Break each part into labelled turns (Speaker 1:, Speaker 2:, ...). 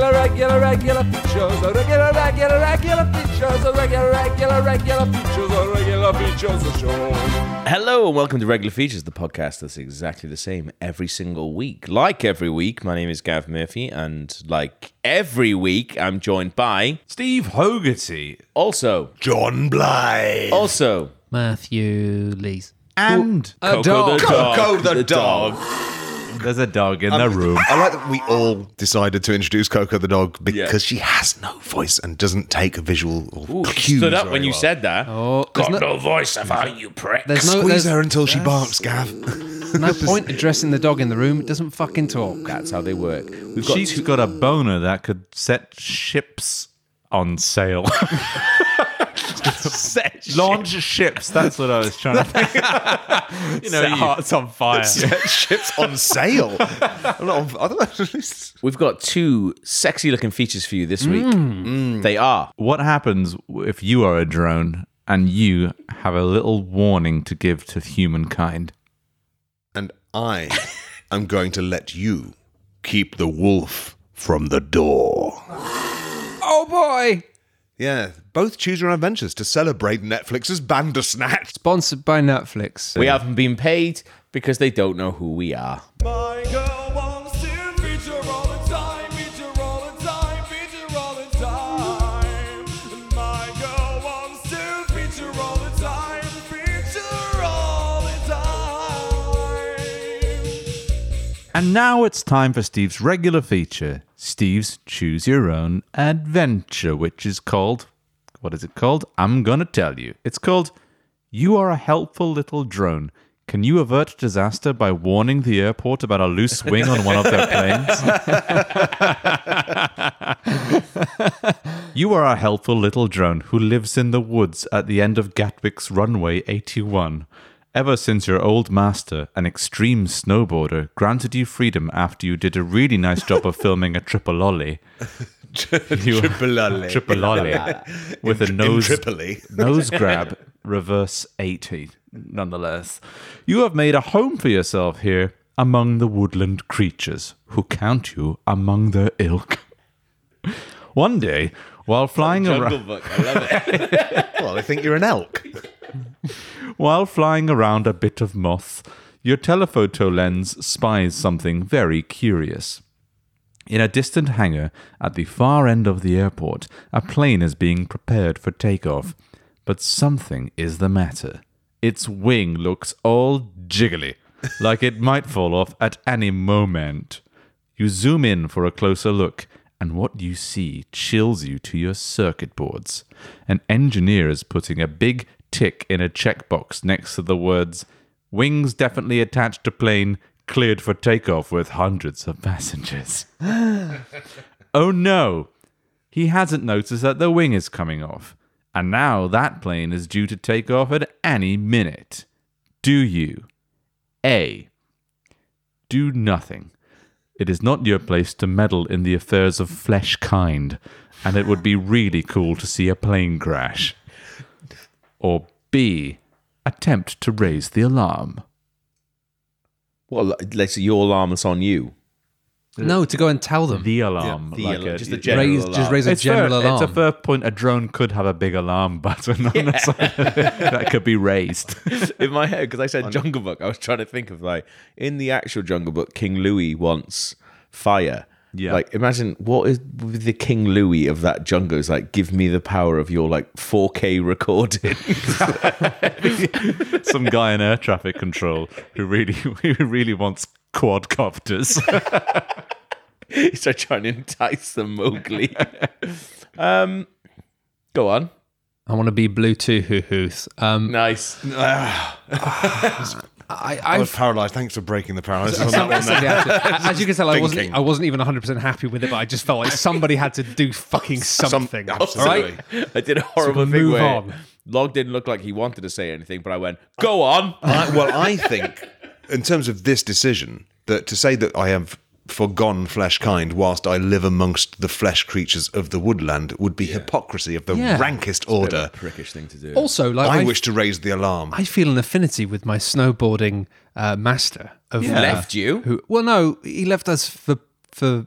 Speaker 1: regular, regular features, the regular, regular, regular features, the regular, regular, regular features, the regular features of show.
Speaker 2: Hello and welcome to Regular Features, the podcast that's exactly the same every single week. Like every week, my name is Gav Murphy, and like every week, I'm joined by
Speaker 3: Steve Hogarty.
Speaker 2: also John Bly, also
Speaker 4: Matthew Lees.
Speaker 3: And
Speaker 2: Coco
Speaker 1: dog.
Speaker 2: the dog.
Speaker 5: Coco the dog.
Speaker 3: there's a dog in the room.
Speaker 5: I like that we all decided to introduce Coco the dog because
Speaker 2: Yeah.
Speaker 5: she has no voice and doesn't take visual or
Speaker 2: Ooh,
Speaker 5: cues.
Speaker 2: stood up
Speaker 5: very
Speaker 2: when you
Speaker 5: well.
Speaker 2: said that.
Speaker 4: Oh, there's
Speaker 2: Got
Speaker 4: no,
Speaker 2: no, voice, have I, you prick?
Speaker 4: there's no,
Speaker 5: Squeeze
Speaker 4: there's
Speaker 5: her until she barks, Gav.
Speaker 4: no point addressing the dog in the room. It doesn't fucking talk.
Speaker 2: That's how they work. We've got
Speaker 3: She's
Speaker 2: two-
Speaker 3: got a boner that could set ships on sale.
Speaker 2: set
Speaker 3: Launch ships. That's what I was trying to think. you know, hearts on fire.
Speaker 5: Ship's on sale. I'm not on- I don't know.
Speaker 2: We've got two sexy looking features for you this week. They are
Speaker 3: What happens if you are a drone and you have a little warning to give to humankind?
Speaker 5: and I am going to let you keep the wolf from the door.
Speaker 4: Oh boy!
Speaker 5: Yeah, both choose your own adventures to celebrate Netflix's Bandersnatch.
Speaker 4: Sponsored by Netflix.
Speaker 2: we haven't been paid because they don't know who we are.
Speaker 1: My girl wants to meet her all the time, meet her all the time, meet her all the time. My girl wants to meet her all the time, meet her all the time.
Speaker 3: And now it's time for Steve's regular feature, Steve's Choose Your Own Adventure, which is called, what is it called? I'm going to tell you. It's called You Are a Helpful Little Drone. Can you avert disaster by warning the airport about a loose wing on one of their planes? you are a helpful little drone who lives in the woods at the end of Gatwick's runway 81. Ever since your old master, an extreme snowboarder, granted you freedom after you did a really nice job of filming a triple ollie. You-
Speaker 5: Triple ollie.
Speaker 3: Triple ollie. with a
Speaker 5: In
Speaker 3: nose
Speaker 5: Tripoli.
Speaker 3: nose grab reverse 80 nonetheless you have made a home for yourself here among the woodland creatures who count you among their ilk one day while flying around
Speaker 2: I love it.
Speaker 5: Well, they think you're an elk.
Speaker 3: While flying around a bit of moss, your telephoto lens spies something very curious. In a distant hangar at the far end of the airport, a plane is being prepared for takeoff. But something is the matter. Its wing looks all jiggly, like it might fall off at any moment. You zoom in for a closer look, and what you see chills you to your circuit boards. An engineer is putting a big tick in a checkbox next to the words Wings definitely attached to plane, cleared for takeoff with hundreds of passengers. oh no! He hasn't noticed that the wing is coming off, and now that plane is due to take off at any minute. Do you? A. Do nothing. It is not your place to meddle in the affairs of flesh kind, and it would be really cool to see a plane crash. Or B. Attempt to raise the alarm.
Speaker 2: Well, let's say your alarm is on you.
Speaker 4: No, to go and tell them.
Speaker 3: The alarm.
Speaker 2: The
Speaker 3: like
Speaker 2: alarm,
Speaker 3: a-
Speaker 2: just the general
Speaker 4: Raise,
Speaker 2: alarm.
Speaker 4: just raise a
Speaker 3: it's
Speaker 4: general
Speaker 3: fair,
Speaker 4: alarm.
Speaker 3: It's a fair point. A drone could have a big alarm button on the side of it that could be raised.
Speaker 2: in my head because I said Jungle Book. I was trying to think of like in the actual Jungle Book, King Louis wants fire.
Speaker 3: Yeah.
Speaker 2: Like imagine what is the King Louis of that jungle is like. Give me the power of your like 4K recording.
Speaker 3: Some guy in air traffic control who really, who really wants quadcopters.
Speaker 2: so trying to entice the Mowgli. um, go on.
Speaker 4: I want to be Bluetooth hoo hoos. Um,
Speaker 2: Nice.
Speaker 4: I,
Speaker 5: I
Speaker 4: I,
Speaker 5: was paralysed. Thanks for breaking the paralysis on that one.
Speaker 4: Somebody had to- As you can tell, I wasn't,
Speaker 5: Thinking.
Speaker 4: I wasn't even 100% happy with it, but I just felt like somebody had to do fucking something.
Speaker 5: absolutely.
Speaker 4: All right?
Speaker 2: I did a horrible
Speaker 4: we'll
Speaker 2: thing
Speaker 4: move
Speaker 2: where
Speaker 4: on.
Speaker 2: Log didn't look like he wanted to say anything, but I went, "Go on."
Speaker 5: I, well, I think, in terms of this decision, that to say that I have forgone flesh kind whilst I live amongst the flesh creatures of the woodland would be hypocrisy of the
Speaker 4: Yeah.
Speaker 5: rankest order.
Speaker 2: Prickish thing to do.
Speaker 4: Also, like,
Speaker 5: I
Speaker 4: I,
Speaker 5: wish to raise the alarm.
Speaker 4: I feel an affinity with my snowboarding uh, master. Of,
Speaker 2: Left you?
Speaker 4: Who? Well, no, he left us for for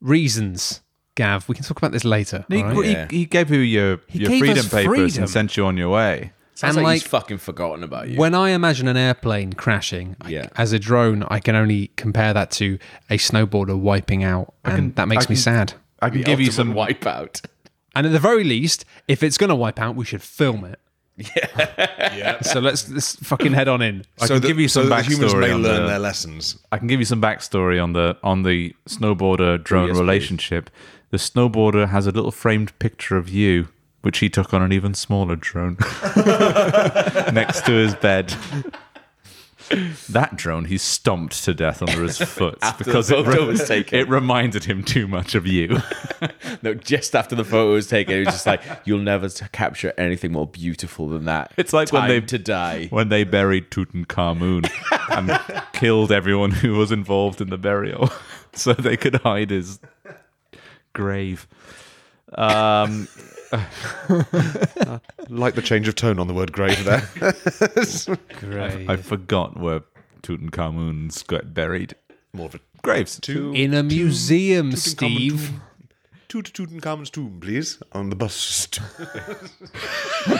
Speaker 4: reasons. Gav. We can talk about this later.
Speaker 3: He,
Speaker 4: all right?
Speaker 3: he-
Speaker 2: Yeah.
Speaker 3: he gave you your, your
Speaker 4: gave
Speaker 3: freedom
Speaker 4: us
Speaker 3: papers
Speaker 4: freedom.
Speaker 3: and sent you on your way.
Speaker 2: Sounds
Speaker 4: And,
Speaker 2: like, he's
Speaker 4: like,
Speaker 2: fucking forgotten about you.
Speaker 4: When I imagine an airplane crashing, I-
Speaker 2: Yeah.
Speaker 4: as a drone, I can only compare that to a snowboarder wiping out, and that makes
Speaker 3: I
Speaker 4: me
Speaker 3: can-
Speaker 4: sad.
Speaker 3: I can give you some.
Speaker 2: wipeout.
Speaker 4: And at the very least, if it's going to wipe out, we should film it. Yeah. so let's, let's fucking head on in.
Speaker 3: I can
Speaker 5: that-
Speaker 3: give you some
Speaker 5: so that humans
Speaker 3: backstory
Speaker 5: may
Speaker 3: on
Speaker 5: learn
Speaker 3: the-
Speaker 5: their lessons.
Speaker 3: I can give you some backstory on the on the snowboarder drone relationship. The snowboarder has a little framed picture of you, which he took on an even smaller drone next to his bed. That drone he stomped to death under his foot
Speaker 2: the
Speaker 3: because it,
Speaker 2: photo was taken.
Speaker 3: it reminded him too much of you.
Speaker 2: No, just after the photo was taken, it was just like you'll never t- capture anything more beautiful than that.
Speaker 3: It's like when
Speaker 2: Time
Speaker 3: they-
Speaker 2: to die.
Speaker 3: when they buried Tutankhamun and killed everyone who was involved in the burial so they could hide his grave. Um,
Speaker 5: Like the change of tone on the word grave there.
Speaker 4: Great.
Speaker 3: I forgot where Tutankhamun's got buried.
Speaker 5: More of a
Speaker 3: Graves.
Speaker 4: in a museum, Steve.
Speaker 5: Toot Tutankhamun's tomb, please. On the bus.
Speaker 3: Oh,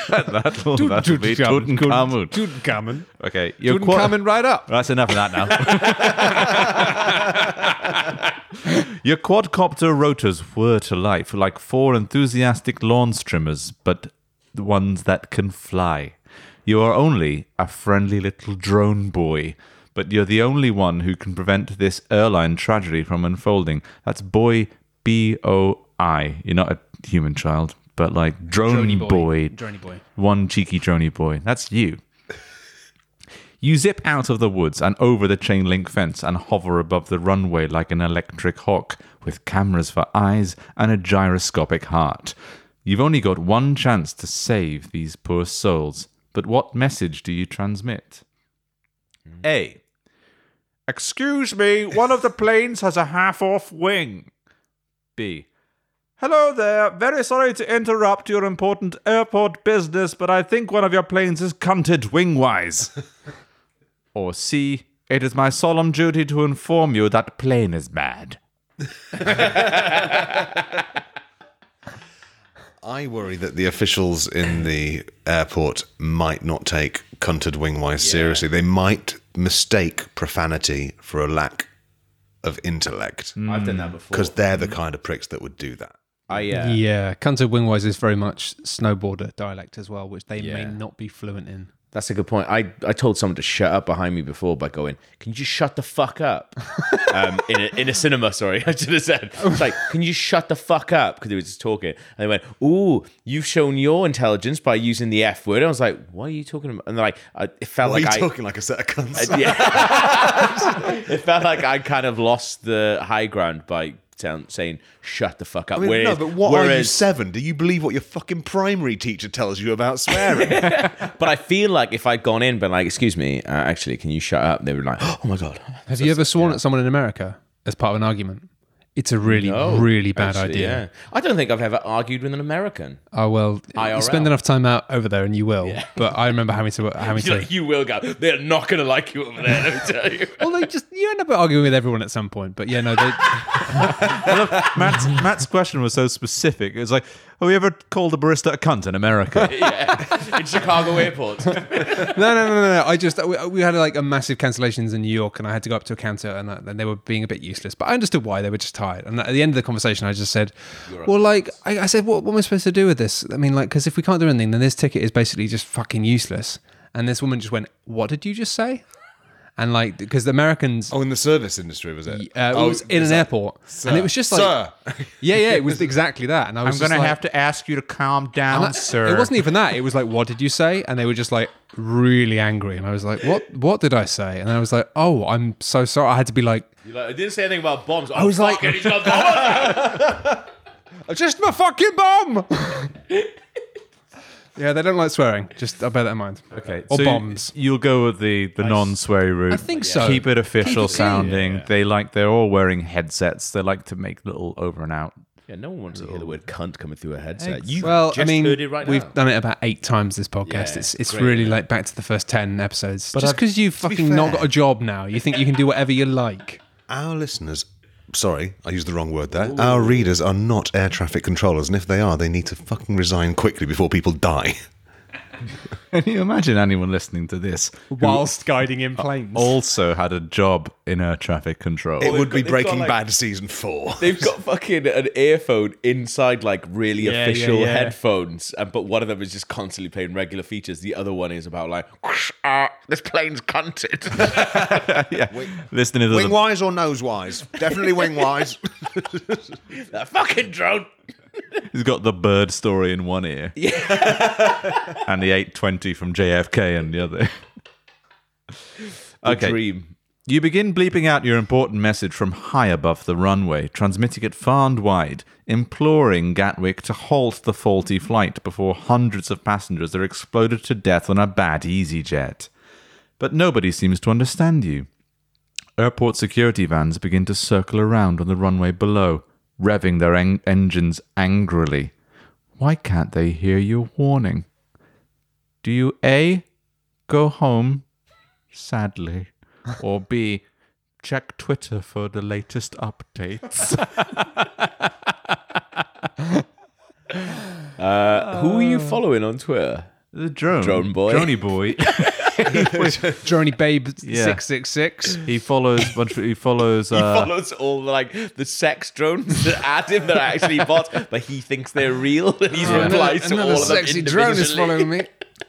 Speaker 3: that would be Tutankhamun.
Speaker 4: Tutankhamun.
Speaker 3: Okay, you're quite-
Speaker 4: Tutankhamun right up.
Speaker 3: That's enough of that now. Your quadcopter rotors were to life like four enthusiastic lawn trimmers, but the ones that can fly. You are only a friendly little drone boy, but you're the only one who can prevent this airline tragedy from unfolding. That's boy B O I. You're not a human child, but like drone
Speaker 4: Droney
Speaker 3: boy.
Speaker 4: boy. Droney boy.
Speaker 3: One cheeky drony boy. That's you. You zip out of the woods and over the chain link fence and hover above the runway like an electric hawk, with cameras for eyes and a gyroscopic heart. You've only got one chance to save these poor souls, but what message do you transmit? A. Excuse me, one of the planes has a half off wing. B. Hello there. Very sorry to interrupt your important airport business, but I think one of your planes is cunted wing-wise. or C. It is my solemn duty to inform you that plane is bad.
Speaker 5: I worry that the officials in the airport might not take cunted wingwise seriously. They might mistake profanity for a lack of intellect
Speaker 2: I've done that before.
Speaker 5: because they're the kind of pricks that would do that.
Speaker 2: I uh,
Speaker 4: Yeah, Kanto Wingwise is very much snowboarder dialect as well, which they may
Speaker 2: Yeah.
Speaker 4: not be fluent in.
Speaker 2: That's a good point. I, I told someone to shut up behind me before by going, "Can you just shut the fuck up?" um, in a, in a cinema, sorry, I should have said. It's like, "Can you shut the fuck up?" Because they were just talking, and they went, "Ooh, you've shown your intelligence by using the f word." I was like, "What are you talking about?" And they're like, I, "It felt
Speaker 5: Why
Speaker 2: like
Speaker 5: are
Speaker 2: I."
Speaker 5: you talking like a set of cunts?
Speaker 2: yeah. it felt like I kind of lost the high ground by sound, saying "shut the fuck up."
Speaker 5: I mean,
Speaker 2: whereas,
Speaker 5: no, but what are you
Speaker 2: whereas-
Speaker 5: seven? Do you believe what your fucking primary teacher tells you about swearing?
Speaker 2: but I feel like if I'd gone in, been like, "Excuse me, uh, actually, can you shut up?" They were like, "Oh my god."
Speaker 4: Have you ever sworn at someone in America as part of an argument? It's a really, really bad
Speaker 2: Oh, Actually,
Speaker 4: idea.
Speaker 2: yeah. I don't think I've ever argued with an American.
Speaker 4: Oh well,
Speaker 2: IRL.
Speaker 4: you spend enough time out over there, and you will. But I remember having to having
Speaker 2: You're
Speaker 4: to.
Speaker 2: like, you will go. They're not going to like you over there. Let me tell you.
Speaker 4: Although you just you end up arguing with everyone at some point. But yeah, no, they,
Speaker 3: Matt's, Matt's question was so specific. It was like, have we ever called a barista a cunt in America?
Speaker 2: In Chicago airport.
Speaker 4: no, no, no, no, no. I just we, we had like a massive cancellations in New York, and I had to go up to a counter, and, I, and they were being a bit useless. But I understood why they were just tired. And at the end of the conversation, I just said, "Well, like I, I said, what, what am I supposed to do with this? I mean, like, because if we can't do anything, then this ticket is basically just fucking useless." And this woman just went, "What did you just say?" And like, because the Americans,
Speaker 5: oh, in the service industry, was it? Oh,
Speaker 4: uh, it was in an airport, and it was just like, yeah, yeah, it was exactly that. And I was,
Speaker 3: I'm going to
Speaker 4: to
Speaker 3: have to ask you to calm down,
Speaker 4: and that-
Speaker 3: sir.
Speaker 4: It wasn't even that. It was like, what did you say? And they were just like really angry. And I was like, what? What did I say? And I was like, oh, I'm so sorry. I had to be like,
Speaker 2: You're like, I didn't say anything about bombs. I
Speaker 4: was like-
Speaker 2: he's got bombs.
Speaker 4: just my fucking bomb. yeah, they don't like swearing. Just I'll bear that in mind.
Speaker 3: Okay,
Speaker 4: or
Speaker 3: so you-
Speaker 4: bombs.
Speaker 3: You'll go with the, the non sweary route. I
Speaker 4: think so.
Speaker 3: Keep it official
Speaker 4: Keep it clean.
Speaker 3: sounding. They like they're all wearing headsets. They like to make little over and out.
Speaker 2: yeah, no one wants to hear the word cunt coming through a headset. You
Speaker 4: Oh. well,
Speaker 2: just
Speaker 4: I mean,
Speaker 2: heard it right
Speaker 4: we've
Speaker 2: now.
Speaker 4: done it about eight times this podcast.
Speaker 2: Yeah,
Speaker 4: it's it's
Speaker 2: great,
Speaker 4: really
Speaker 2: yeah.
Speaker 4: like back to the first ten episodes. Just
Speaker 3: I've-
Speaker 4: because you've fucking not
Speaker 5: fair-
Speaker 4: got a job now, you think you can do whatever you like.
Speaker 5: Our listeners Sorry, I used the wrong word there. Our readers are not air traffic controllers, and if they are, they need to fucking resign quickly before people die.
Speaker 3: Can you imagine anyone listening to this who
Speaker 4: whilst guiding in planes.
Speaker 3: also had a job in air traffic control?
Speaker 5: It would
Speaker 2: got-
Speaker 5: be
Speaker 2: they've got,
Speaker 5: Breaking
Speaker 2: like-
Speaker 5: Bad season four.
Speaker 2: They've got fucking an earphone inside like really
Speaker 4: yeah,
Speaker 2: official
Speaker 4: yeah.
Speaker 2: headphones, and but one of them is just constantly playing regular features. The other one is about like "Ah, this plane's cunted.
Speaker 3: Listening to
Speaker 5: Wing
Speaker 3: the,
Speaker 5: wise or nose wise? Definitely wing wise.
Speaker 2: that fucking drone.
Speaker 3: he's got the bird story in one ear, and the eight twenty from JFK in the other.
Speaker 2: The dream.
Speaker 3: You begin bleeping out your important message from high above the runway, transmitting it far and wide, imploring Gatwick to halt the faulty flight before hundreds of passengers are exploded to death on a bad EasyJet. But nobody seems to understand you. Airport security vans begin to circle around on the runway below, revving their en- engines angrily. Why can't they hear your warning? Do you A. Go home sadly, or B, check Twitter for the latest updates.
Speaker 4: Uh,
Speaker 2: Who are you following on Twitter?
Speaker 3: the drone,
Speaker 2: Drone boy.
Speaker 3: drony boy.
Speaker 4: Journey Babe
Speaker 3: Yeah.
Speaker 4: six six six.
Speaker 3: he follows. bunch of- He follows.
Speaker 2: He
Speaker 3: Uh,
Speaker 2: follows all the, like the sex drones that at him that are actually bots, but he thinks they're real and he's replied to all
Speaker 4: Another
Speaker 2: of them
Speaker 4: sexy drone is
Speaker 2: individually.
Speaker 4: following me.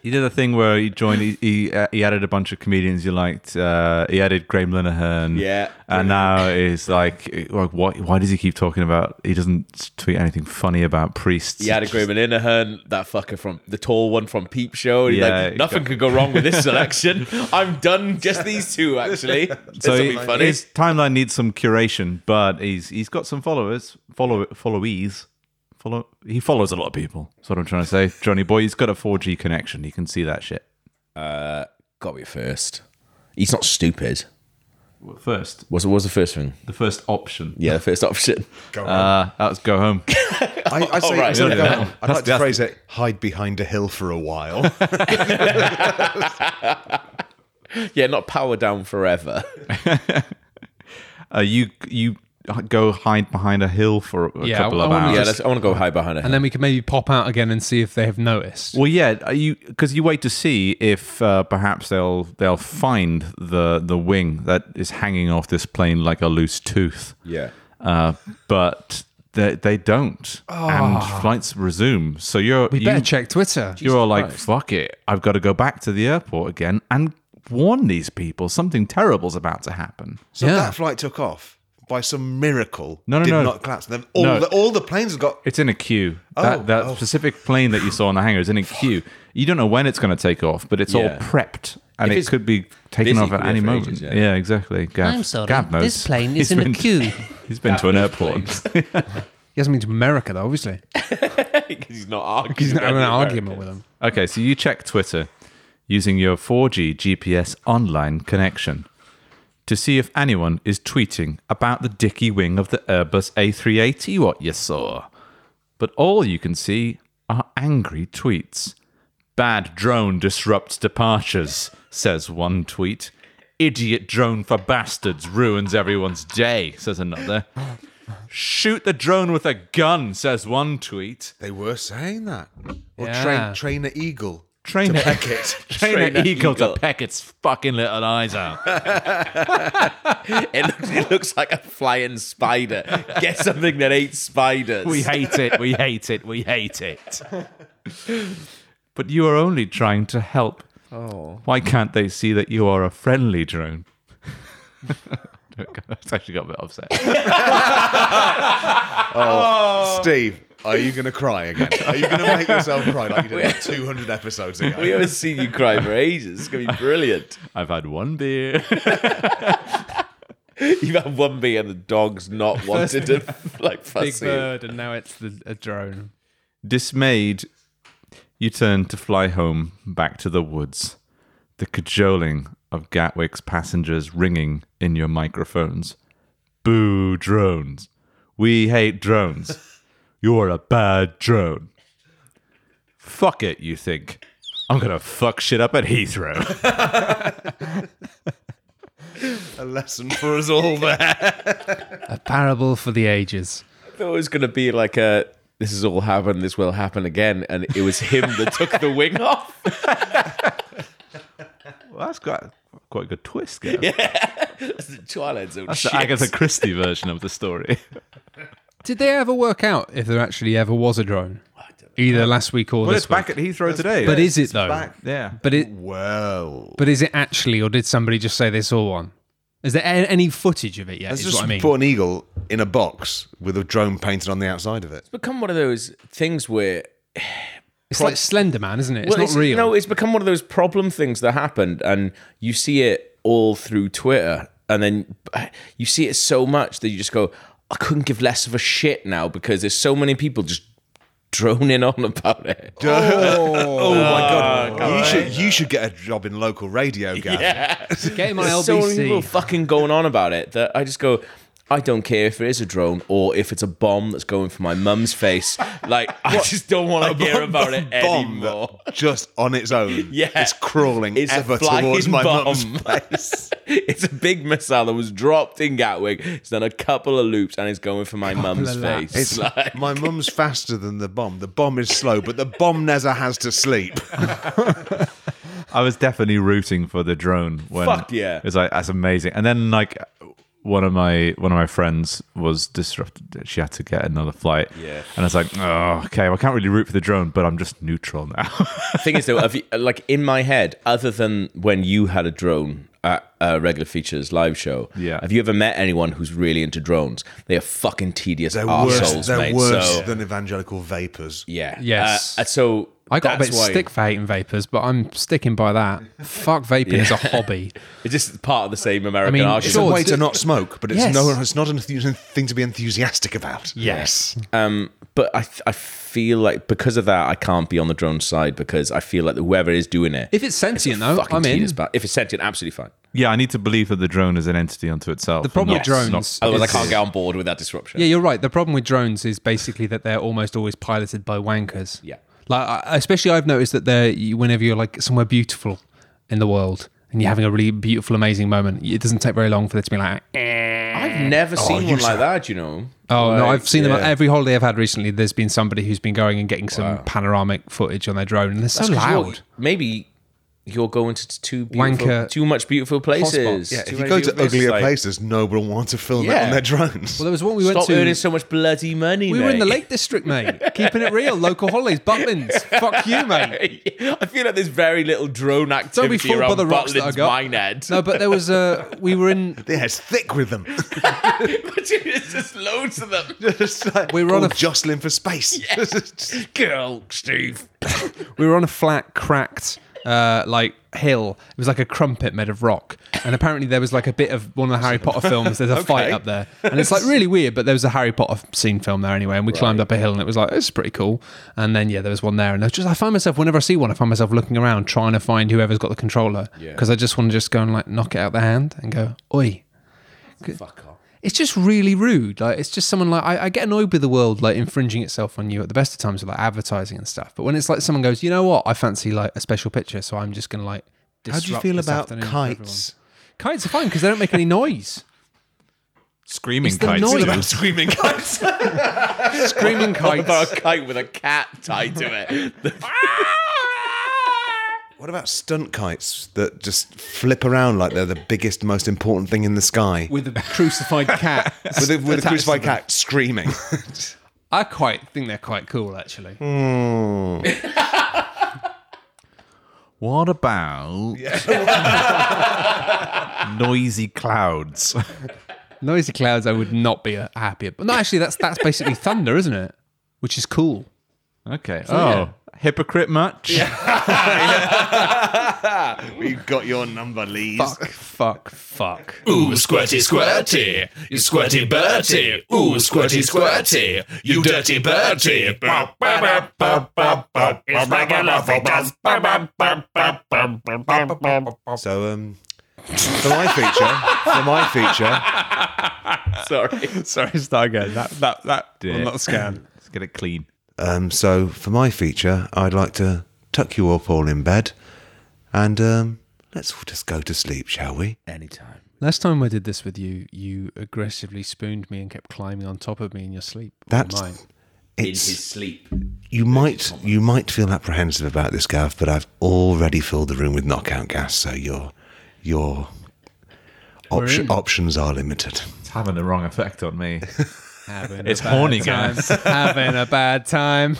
Speaker 3: he did a thing where he joined. He he, uh, he added a bunch of comedians you liked. Uh, he added Graham Linehan.
Speaker 2: Yeah.
Speaker 3: and now it's like, like, why? Why does he keep talking about? He doesn't tweet anything funny about priests.
Speaker 2: He had a Graham Linehan, that fucker from the tall one from Peep Show. and he's
Speaker 3: Yeah,
Speaker 2: like, nothing could go wrong with this selection. I'm done. Just these two, actually. This
Speaker 3: So
Speaker 2: will
Speaker 3: he-
Speaker 2: be funny.
Speaker 3: his timeline needs some curation, but he's he's got some followers, follow followees, follow. He follows a lot of people. That's what I'm trying to say, Johnny boy. He's got a 4G connection. He can see that shit.
Speaker 2: Got me first. He's not stupid.
Speaker 3: First,
Speaker 2: What's, what was the first thing?
Speaker 3: the first option.
Speaker 2: Yeah, the first option.
Speaker 3: Uh, that was go home.
Speaker 5: I, I say,
Speaker 2: right.
Speaker 5: I say
Speaker 2: No,
Speaker 3: no,
Speaker 5: go
Speaker 3: no.
Speaker 5: home. I'd
Speaker 3: That's-
Speaker 5: like to
Speaker 3: that's-
Speaker 5: phrase it hide behind a hill for a while.
Speaker 2: Yeah, not power down forever.
Speaker 3: Uh, you you go hide behind a hill for a
Speaker 4: Yeah,
Speaker 3: couple
Speaker 4: I
Speaker 3: of
Speaker 4: wanna
Speaker 3: hours.
Speaker 2: yeah,
Speaker 4: just-
Speaker 2: let's, I want to go hide behind a
Speaker 4: And
Speaker 2: hill.
Speaker 4: then we can maybe pop out again and see if they have noticed.
Speaker 3: Well, yeah, are you because you wait to see if uh, perhaps they'll they'll find the the wing that is hanging off this plane like a loose tooth.
Speaker 2: Yeah.
Speaker 3: uh, but they, they don't,
Speaker 2: Ah.
Speaker 3: and flights resume. So you're
Speaker 4: we
Speaker 3: you,
Speaker 4: better check Twitter.
Speaker 3: you're like fuck it. I've got to go back to the airport again and warn these people something terrible's about to happen.
Speaker 5: So
Speaker 4: Yeah.
Speaker 5: that flight took off by some miracle.
Speaker 3: No, no,
Speaker 5: did
Speaker 3: no.
Speaker 5: not collapse. Then all
Speaker 3: No.
Speaker 5: the all the planes got.
Speaker 3: It's in a queue.
Speaker 2: Oh,
Speaker 3: that that specific plane that you saw in the hangar is in a queue. You don't know when it's going to take off, but it's
Speaker 2: Yeah.
Speaker 3: all prepped. And
Speaker 2: If
Speaker 3: it
Speaker 2: it's
Speaker 3: could be taken
Speaker 2: busy,
Speaker 3: off
Speaker 2: it
Speaker 3: at
Speaker 2: could be
Speaker 3: any
Speaker 2: there for
Speaker 3: moment.
Speaker 2: ages,
Speaker 3: yeah.
Speaker 2: yeah.
Speaker 3: exactly. Gav,
Speaker 6: I'm sorry,
Speaker 3: Gav knows.
Speaker 6: this plane
Speaker 3: He's
Speaker 6: is in a
Speaker 3: been-
Speaker 6: queue.
Speaker 3: He's been to an airport.
Speaker 4: He hasn't been to America though, obviously.
Speaker 2: Because he's not arguing.
Speaker 4: He's not having an
Speaker 2: with America.
Speaker 4: argument with them.
Speaker 3: Okay, so you check Twitter using your 4G GPS online connection to see if anyone is tweeting about the dicky wing of the Airbus A380 what you saw. But all you can see are angry tweets. Bad drone disrupts departures, says one tweet. Idiot drone for bastards ruins everyone's day, says another. Shoot the drone with a gun, says one tweet.
Speaker 5: They were saying that. Or
Speaker 4: Yeah.
Speaker 5: train, trainer eagle.
Speaker 3: Train it.
Speaker 5: It.
Speaker 3: Train
Speaker 2: Train
Speaker 3: an
Speaker 2: an
Speaker 3: eagle to
Speaker 2: eagle.
Speaker 3: peck its fucking little eyes out.
Speaker 2: It looks, it looks like a flying spider. Get something that ate spiders.
Speaker 3: We hate it. We hate it. We hate it. But you are only trying to help. Oh. Why can't they see that you are a friendly drone? It's actually got a bit upset.
Speaker 5: Steve, are you going to cry again? Are you going to make yourself cry like you did like 200 episodes ago?
Speaker 2: We haven't seen you cry for ages. It's going to be brilliant.
Speaker 3: I've had one beer.
Speaker 2: You've had one bee and the dog's not wanted to like fuss you.
Speaker 4: and now it's the, a drone.
Speaker 3: Dismayed, you turn to fly home back to the woods. The cajoling of Gatwick's passengers ringing in your microphones. Boo drones. We hate drones. You're a bad drone. Fuck it, you think. I'm gonna fuck shit up at Heathrow.
Speaker 5: A lesson for us all there.
Speaker 4: A parable for the ages.
Speaker 2: thought it was going to be like a this has all happened, this will happen again, and it was him that took the wing off.
Speaker 3: Well, that's quite quite a good twist. Gav.
Speaker 2: That's the Twilight Zone.
Speaker 3: that's
Speaker 2: shit.
Speaker 3: the Agatha Christie version of the story.
Speaker 4: Did they ever work out if there actually ever was a drone? Either last week or
Speaker 3: well,
Speaker 4: this
Speaker 3: it's back
Speaker 4: week.
Speaker 3: at Heathrow today.
Speaker 4: but is it though?
Speaker 5: back.
Speaker 3: yeah.
Speaker 4: But it.
Speaker 5: Well,
Speaker 4: But is it actually, or did somebody just say they saw one? Is there a- any footage of it yet?
Speaker 5: let's
Speaker 4: Is
Speaker 5: just
Speaker 4: what I mean.
Speaker 5: put an eagle in a box with a drone painted on the outside of it.
Speaker 2: become one of those things where
Speaker 4: it's like Slender Man, isn't it? It's
Speaker 2: Well,
Speaker 4: not real.
Speaker 2: No, it's become one of those problem things that happened, and you see it all through Twitter, and then uh, you see it so much that you just go, I couldn't give less of a shit now because there's so many people just droning on about it.
Speaker 5: Oh my god! you should you should get a job in local radio, Gav.
Speaker 4: Get him on
Speaker 2: There's so many people
Speaker 4: LBC.
Speaker 2: fucking going on about it that I just go. I don't care if it is a drone or if it's a bomb that's going for my mum's face. Like I just don't want to hear about it
Speaker 5: bomb that-
Speaker 2: anymore.
Speaker 5: just on its own.
Speaker 2: Yeah.
Speaker 5: it's crawling
Speaker 2: It's a
Speaker 5: ever
Speaker 2: flying
Speaker 5: towards my
Speaker 2: bomb.
Speaker 5: mum's face.
Speaker 2: it's a big missile that was dropped in Gatwick. It's done a couple of loops and it's going for my mum's
Speaker 4: of laps.
Speaker 2: face.
Speaker 5: It's
Speaker 2: like,
Speaker 5: my mum's faster than the bomb. The bomb is slow, but the bomb never has to sleep.
Speaker 3: I was definitely rooting for the drone. When
Speaker 2: Fuck yeah.
Speaker 3: It's like that's amazing. And then like one of my one of my friends was disrupted. She had to get another flight.
Speaker 2: Yeah.
Speaker 3: And it's like, oh, okay. Well, I can't really root for the drone, but I'm just neutral now.
Speaker 2: thing is though, have you, like in my head, other than when you had a drone at a regular features live show,
Speaker 3: Yeah.
Speaker 2: have you ever met anyone who's really into drones? They are fucking tedious
Speaker 5: They're
Speaker 2: arseholes,
Speaker 5: worse. They're
Speaker 2: mate.
Speaker 5: worse
Speaker 2: So,
Speaker 5: than evangelical vapors.
Speaker 2: yeah.
Speaker 4: Yes.
Speaker 2: Uh, so
Speaker 4: I got a
Speaker 2: that's
Speaker 4: bit
Speaker 2: why
Speaker 4: stick for hating vapors, but I'm sticking by that. Fuck vaping is a hobby.
Speaker 2: It's just part of the same American
Speaker 4: mean,
Speaker 2: argument.
Speaker 5: It's a
Speaker 4: sure.
Speaker 5: way
Speaker 4: it's-
Speaker 5: to not smoke, but it's
Speaker 4: Yes.
Speaker 5: no, it's not a th- thing to be enthusiastic about.
Speaker 4: Yes.
Speaker 2: Um, but I, I feel like because of that, I can't be on the drone side because I feel like whoever is doing it,
Speaker 4: If it's sentient, though,
Speaker 2: fucking
Speaker 4: I'm in.
Speaker 2: tedious ba- If it's sentient, absolutely fine.
Speaker 3: yeah, I need to believe that the drone is an entity unto itself. The
Speaker 4: problem with drones-
Speaker 2: Otherwise, I
Speaker 4: Yes.
Speaker 2: can't get on board with that disruption.
Speaker 4: Yeah, you're right. The problem with drones is basically that they're almost always piloted by wankers.
Speaker 2: Yeah.
Speaker 4: Like, I- especially I've noticed that they're, you- whenever you're like somewhere beautiful in the world and you're having a really beautiful, amazing moment, it doesn't take very long for there to be like,
Speaker 2: I've never seen
Speaker 5: you
Speaker 2: one like that. You know?
Speaker 4: Oh no,
Speaker 2: Like,
Speaker 4: I've seen them
Speaker 2: yeah.
Speaker 4: at every holiday I've had recently. There's been somebody who's been going and getting some panoramic footage on their drone, and they're so
Speaker 2: 'Cause you're-
Speaker 4: loud.
Speaker 2: Maybe you're going to t- too beautiful,
Speaker 4: Wanker.
Speaker 2: too much beautiful places. Too
Speaker 5: Yeah, if you
Speaker 2: many
Speaker 5: go to
Speaker 2: beautiful
Speaker 5: uglier
Speaker 2: like,
Speaker 5: places, no one will want to film it
Speaker 2: Yeah.
Speaker 5: on their drones.
Speaker 4: Well, there was one we went
Speaker 2: stop
Speaker 4: to.
Speaker 2: earning so much bloody money.
Speaker 4: we were in the
Speaker 2: mate.
Speaker 4: Lake District, mate. Keeping it real, local holidays, Butlins. Fuck you, mate.
Speaker 2: I feel like there's very little drone
Speaker 4: Don't be
Speaker 2: activity
Speaker 4: fooled by
Speaker 2: around
Speaker 4: the rocks that I
Speaker 2: Butlin's
Speaker 4: got.
Speaker 2: Minehead.
Speaker 4: No, but there was a. We were in.
Speaker 5: yeah, it's thick with them.
Speaker 2: There's just loads of them.
Speaker 5: Just like,
Speaker 4: We were on
Speaker 5: all
Speaker 4: a-
Speaker 5: jostling for space.
Speaker 2: Girl, Steve.
Speaker 4: We were on a flat, cracked, uh, like hill. It was like a crumpet made of rock, and apparently there was like a bit of one of the Harry Potter films. There's a fight up there, and it's like really weird. But there was a Harry Potter scene film there anyway, and we climbed up a hill, and it was like it's pretty cool. And then yeah, there was one there, and I just I find myself whenever I see one, I find myself looking around trying to find whoever's got the controller because I just want to just go and like knock it out the hand and go oi.
Speaker 2: Fuck off.
Speaker 4: It's just really rude. Like it's just someone like I, I get annoyed with the world like infringing itself on you at the best of times with like advertising and stuff. But when it's like someone goes, you know what, I fancy like a special picture, so I'm just gonna like.
Speaker 5: How do you
Speaker 4: disrupt
Speaker 5: feel
Speaker 4: this
Speaker 5: about
Speaker 4: afternoon for
Speaker 5: kites?
Speaker 4: everyone." Kites are fine because they don't make any noise.
Speaker 3: Screaming
Speaker 4: It's the
Speaker 3: kites.
Speaker 4: noise.
Speaker 3: dude.
Speaker 5: About screaming kites.
Speaker 4: Screaming
Speaker 2: About
Speaker 4: kites.
Speaker 2: a kite with a cat tied to it.
Speaker 5: what about stunt kites that just flip around like they're the biggest, most important thing in the sky?
Speaker 4: With a crucified cat.
Speaker 5: With a, with
Speaker 4: attached
Speaker 5: a crucified
Speaker 4: to them.
Speaker 5: cat screaming.
Speaker 4: I quite think they're quite cool, actually.
Speaker 3: What about noisy clouds?
Speaker 4: Noisy clouds, I would not be uh, happy. But no, actually, that's that's basically thunder, isn't it? Which is cool.
Speaker 3: Okay. oh, hypocrite much?
Speaker 5: We've got your number, Lees.
Speaker 4: Fuck, fuck, fuck.
Speaker 6: Ooh, squirty, squirty. You squirty, Bertie. Ooh, squirty, squirty. You dirty, Bertie. It's like a love it does.
Speaker 5: So, um, for my feature, for my feature,
Speaker 2: Sorry.
Speaker 3: Sorry, start again. That that that. I'm
Speaker 4: not scared.
Speaker 3: Let's get it clean.
Speaker 5: Um, so for my feature, I'd like to tuck you up all in bed, and um, let's all just go to sleep, shall we?
Speaker 2: Anytime.
Speaker 4: Last time I did this with you, you aggressively spooned me and kept climbing on top of me in your sleep. or
Speaker 5: That's
Speaker 4: mine.
Speaker 2: in his
Speaker 5: it's
Speaker 2: sleep.
Speaker 5: you might you might feel apprehensive about this, Gav, but I've already filled the room with knockout gas, so your your option,
Speaker 4: in.
Speaker 5: options are limited.
Speaker 3: It's having the wrong effect on me.
Speaker 4: having
Speaker 3: It's
Speaker 4: a bad
Speaker 3: horny
Speaker 4: time.
Speaker 3: gas.
Speaker 4: having a bad time.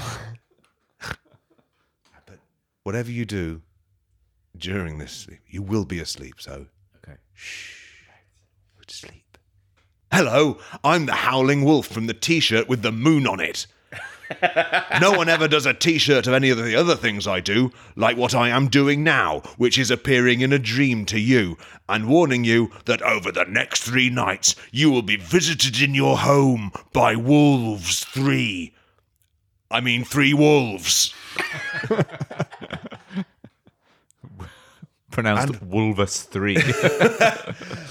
Speaker 5: Whatever you do during this sleep, you will be asleep, so
Speaker 3: Okay.
Speaker 5: Good sleep. Hello, I'm the Howling Wolf from the t shirt with the moon on it. no one ever does a t shirt of any of the other things I do, like what I am doing now, which is appearing in a dream to you and warning you that over the next three nights you will be visited in your home by wolves three. I mean, three wolves.
Speaker 3: Pronounced Wolvus three.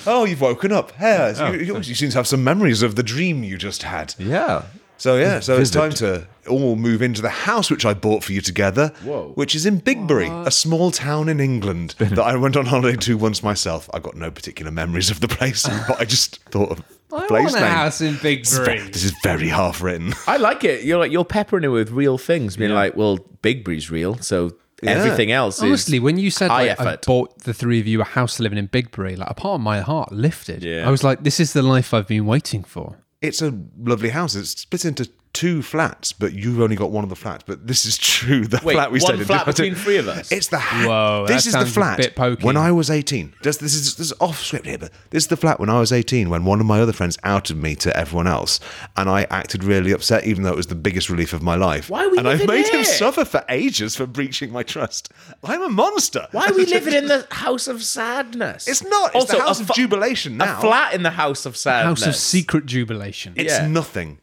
Speaker 5: Oh, you've woken up. Hey, you, you seem to have some memories of the dream you just had.
Speaker 3: yeah.
Speaker 5: So yeah, so it's time to all move into the house which I bought for you together, Whoa. which is in Bigbury, a small town in England that I went on holiday to once myself. I got no particular memories of the place, but I just thought of the
Speaker 4: I
Speaker 5: place
Speaker 4: want a
Speaker 5: name.
Speaker 4: house in
Speaker 5: It's ve-
Speaker 4: Bigbury.
Speaker 5: This is very half written.
Speaker 2: I like it. You're like you're peppering it with real things, being like, "Well, Bigbury's real, so everything else
Speaker 4: Honestly,
Speaker 2: is."
Speaker 4: when you said
Speaker 2: high
Speaker 4: like, I
Speaker 2: effort.
Speaker 4: bought the three of you a house living in Bigbury, like a part of my heart lifted.
Speaker 2: Yeah.
Speaker 4: I was like, this is the life I've been waiting for.
Speaker 5: It's a lovely house. It's split into two flats, but you've only got one of the flats. But this is true. The
Speaker 2: Wait,
Speaker 5: flat we
Speaker 2: one
Speaker 5: stayed in-
Speaker 2: flat between three of us?
Speaker 5: It's the ha-
Speaker 4: Whoa,
Speaker 5: This
Speaker 4: that
Speaker 5: is
Speaker 4: sounds
Speaker 5: the
Speaker 4: a
Speaker 5: flat.
Speaker 4: bit pokey.
Speaker 5: When I was eighteen, this, this is this is off script here, but this is the flat when I was eighteen. When one of my other friends outed me to everyone else, and I acted really upset, even though it was the biggest relief of my life.
Speaker 2: Why are we
Speaker 5: And I've
Speaker 2: living
Speaker 5: made him
Speaker 2: here?
Speaker 5: suffer for ages for breaching my trust. I'm a monster.
Speaker 2: Why are we living in the house of sadness?
Speaker 5: It's not. It's the
Speaker 2: Also,
Speaker 5: house
Speaker 2: a
Speaker 5: of
Speaker 2: fu-
Speaker 5: jubilation now.
Speaker 2: A flat in the house of sadness.
Speaker 4: House of secret jubilation.
Speaker 5: It's
Speaker 2: Yeah.
Speaker 5: nothing.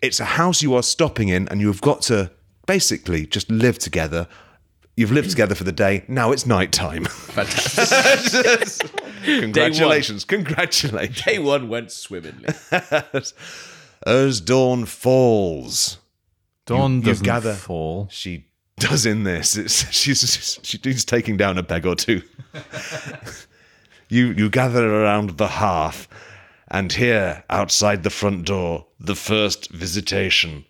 Speaker 5: it's a house you are stopping in, and you have got to basically just live together. You've lived together for the day. Now it's night time.
Speaker 2: Fantastic.
Speaker 5: Congratulations. Congratulations.
Speaker 2: Day one went swimmingly.
Speaker 5: As dawn falls,
Speaker 3: Dawn
Speaker 5: you
Speaker 3: doesn't
Speaker 5: gather-
Speaker 3: fall.
Speaker 5: she does in this. It's, she's she's taking down a peg or two. you you gather around the hearth, and here outside the front door, the first visitation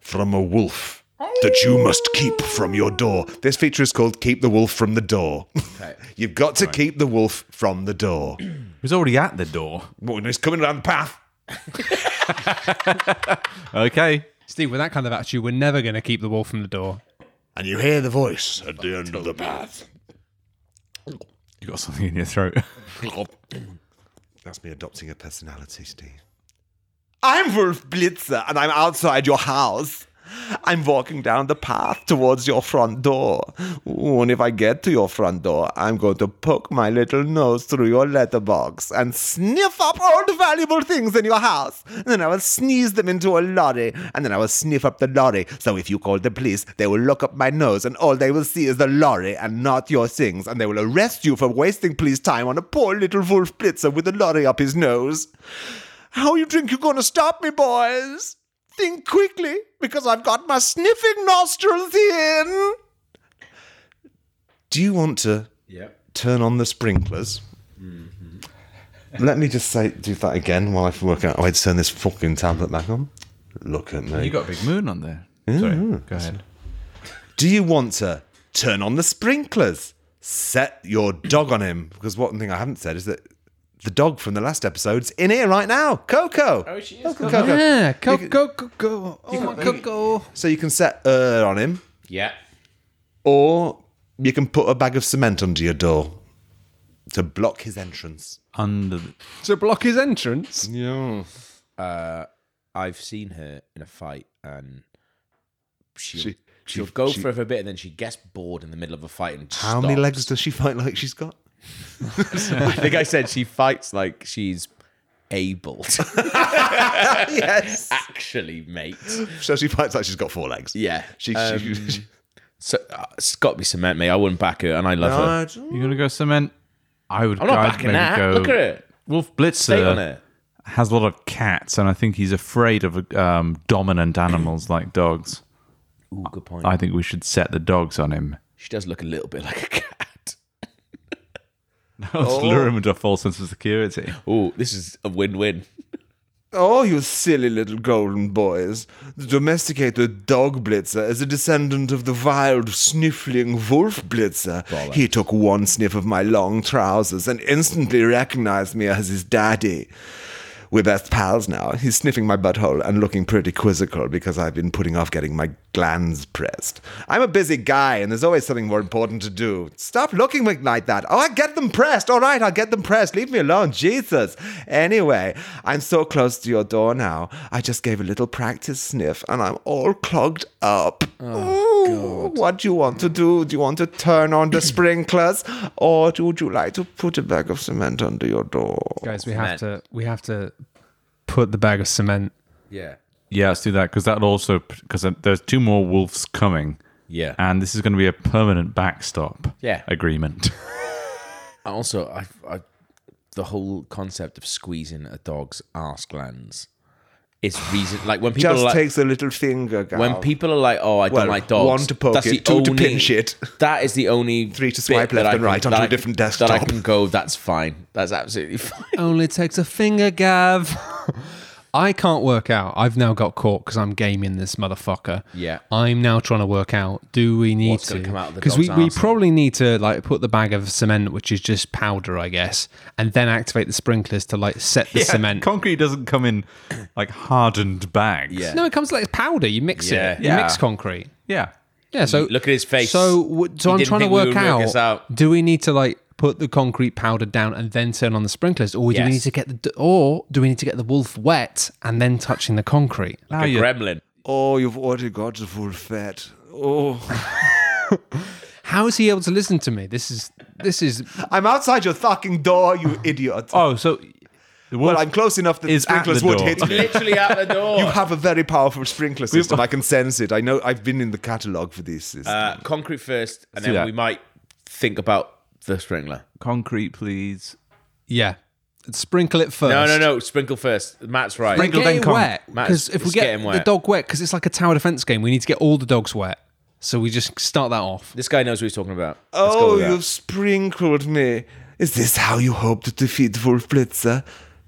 Speaker 5: from a wolf that you must keep from your door. This feature is called "Keep the Wolf from the Door." You've got to keep the wolf from the door.
Speaker 3: He was already at the door.
Speaker 5: well, it's coming around the path.
Speaker 3: Okay.
Speaker 4: Steve, with that kind of attitude, we're never going to keep the wall from the door.
Speaker 5: And you hear the voice at the end of the path.
Speaker 3: You got something in your throat.
Speaker 5: That's me adopting a personality, Steve. I'm Wolf Blitzer, and I'm outside your house. I'm walking down the path towards your front door. Ooh, and if I get to your front door, I'm going to poke my little nose through your letterbox and sniff up all the valuable things in your house. And then I will sneeze them into a lorry, and then I will sniff up the lorry. So if you call the police, they will look up my nose, and all they will see is the lorry and not your things, and they will arrest you for wasting police time on a poor little Wolf Blitzer with a lorry up his nose. How you think you're gonna stop me, boys? Think quickly, because I've got my sniffing nostrils in. Do you want to turn on the sprinklers? Let me just say, do that again while I work out how I'd turn this fucking tablet back on. Look at me.
Speaker 3: you got a big moon on there. Sorry. Go ahead.
Speaker 5: Do you want to turn on the sprinklers? Set your dog on him. Because one thing I haven't said is that the dog from the last episode's in here right now. Coco. Oh, she is. Coco. Coco.
Speaker 4: Yeah, go, go, go, go. Oh, go, go.
Speaker 5: So you can set her on him,
Speaker 2: Yeah.
Speaker 5: or you can put a bag of cement under your door to block his entrance.
Speaker 3: Under the,
Speaker 4: To block his entrance.
Speaker 5: Yeah.
Speaker 2: I've seen her in a fight and she'll,
Speaker 5: She-
Speaker 2: she,
Speaker 5: she-
Speaker 2: will go
Speaker 5: she-
Speaker 2: for a bit and then she gets bored in the middle of a fight and
Speaker 5: How many
Speaker 2: stops.
Speaker 5: legs does she fight like she's got?
Speaker 2: I think I said she fights like she's able to
Speaker 5: yes.
Speaker 2: actually, mate.
Speaker 5: So she fights like she's got four legs.
Speaker 2: Yeah. Um,
Speaker 5: She, she, she-
Speaker 2: So uh, it's got to be cement, mate. I wouldn't back her and I love her.
Speaker 3: you're gonna go cement. I would.
Speaker 2: I'm not
Speaker 3: I'd
Speaker 2: backing
Speaker 3: maybe
Speaker 2: that.
Speaker 3: Go,
Speaker 2: Look at it.
Speaker 3: Wolf
Speaker 2: Stay on
Speaker 3: Blitzer
Speaker 2: it.
Speaker 3: has a lot of cats, and I think he's afraid of um, dominant animals like dogs.
Speaker 2: Ooh, good point.
Speaker 3: I think we should set the dogs on him.
Speaker 2: she does look a little bit like a cat.
Speaker 3: Let's lure him into a false sense of security.
Speaker 2: Oh, this is a win-win.
Speaker 5: Oh, you silly little golden boys. The domesticated dog blitzer is a descendant of the wild, sniffling wolf blitzer. He took one sniff of my long trousers and instantly recognized me as his daddy. We're best pals now. He's sniffing my butthole and looking pretty quizzical because I've been putting off getting my glands pressed. I'm a busy guy and there's always something more important to do. Stop looking like that. Oh, I get them pressed. All right, I'll get them pressed. Leave me alone. Jesus. Anyway, I'm so close to your door now. I just gave a little practice sniff and I'm all clogged up. Ooh, what do you want to do? Do you want to turn on the sprinklers or would you like to put a bag of cement under your door?
Speaker 4: Guys, we have to we have to put the bag of cement.
Speaker 2: Yeah.
Speaker 3: Yeah, let's do that because that'll also because there's two more wolves coming,
Speaker 2: Yeah.
Speaker 3: and this is going to be a permanent backstop.
Speaker 2: Yeah.
Speaker 3: agreement.
Speaker 2: also, I, I, the whole concept of squeezing a dog's arse glands is reason. Like when people
Speaker 5: just
Speaker 2: are like,
Speaker 5: takes a little finger. Gal.
Speaker 2: when people are like, "Oh, I
Speaker 5: Well,
Speaker 2: don't like dogs,"
Speaker 5: one to poke
Speaker 2: that's
Speaker 5: it,
Speaker 2: the
Speaker 5: two to
Speaker 2: only-
Speaker 5: pinch it.
Speaker 2: That is the only
Speaker 5: Three to
Speaker 2: bit
Speaker 5: swipe
Speaker 2: that
Speaker 5: left
Speaker 2: I
Speaker 5: and
Speaker 2: can-
Speaker 5: right
Speaker 2: that
Speaker 5: onto a
Speaker 2: I-
Speaker 5: different
Speaker 2: That I
Speaker 5: desktop.
Speaker 2: can go. That's fine. That's absolutely fine.
Speaker 4: Only takes a finger, Gav. I can't work out. I've now got caught because I'm gaming this motherfucker.
Speaker 2: Yeah.
Speaker 4: I'm now trying to work out. Do we need
Speaker 2: What's
Speaker 4: to?
Speaker 2: gonna come out of the
Speaker 4: we,
Speaker 2: dog's
Speaker 4: we
Speaker 2: arse?
Speaker 4: probably need to like put the bag of cement, which is just powder, I guess, and then activate the sprinklers to like set the cement.
Speaker 3: concrete doesn't come in like hardened bags.
Speaker 2: Yeah.
Speaker 4: no, it comes like powder. You mix
Speaker 2: Yeah.
Speaker 4: it. You mix concrete.
Speaker 3: yeah.
Speaker 4: Yeah. So
Speaker 2: Look at his face.
Speaker 4: So, w- so
Speaker 2: He
Speaker 4: I'm
Speaker 2: didn't
Speaker 4: trying to
Speaker 2: think we
Speaker 4: work
Speaker 2: would
Speaker 4: out,
Speaker 2: this out.
Speaker 4: Do we need to like put the concrete powder down and then turn on the sprinklers, or do
Speaker 2: Yes.
Speaker 4: we need to get the d- or do we need to get the wolf wet and then touching the concrete?
Speaker 3: Now
Speaker 2: a
Speaker 3: you-
Speaker 2: gremlin.
Speaker 5: oh, you've already got the full fat. Oh,
Speaker 4: How is he able to listen to me? This is this is
Speaker 5: I'm outside your fucking door, you idiot.
Speaker 3: oh, so the wolf,
Speaker 5: well, I'm close enough that the
Speaker 3: is at the
Speaker 5: sprinklers would
Speaker 3: door.
Speaker 5: hit me.
Speaker 2: Literally out the door.
Speaker 5: You have a very powerful sprinkler system. I can sense it. I know. I've been in the catalogue for these systems.
Speaker 2: uh, concrete first, and
Speaker 3: do
Speaker 2: then
Speaker 3: that.
Speaker 2: we might think about the sprinkler.
Speaker 3: concrete, please.
Speaker 4: yeah. Sprinkle it first.
Speaker 2: No, no, no. Sprinkle first. Matt's right.
Speaker 3: Sprinkle,
Speaker 4: Sprinkle get
Speaker 3: then
Speaker 4: it
Speaker 3: con-
Speaker 4: wet
Speaker 2: Matt,
Speaker 4: because
Speaker 2: it's-
Speaker 4: if we
Speaker 2: it's
Speaker 4: get
Speaker 2: getting
Speaker 4: the
Speaker 2: wet.
Speaker 4: dog wet because it's like a tower defense game, we need to get all the dogs wet. So we just start that off.
Speaker 2: This guy knows what he's talking about. Let's go
Speaker 5: oh,
Speaker 2: with that.
Speaker 5: you've sprinkled me. Is this how you hope to defeat Wolf Blitzer?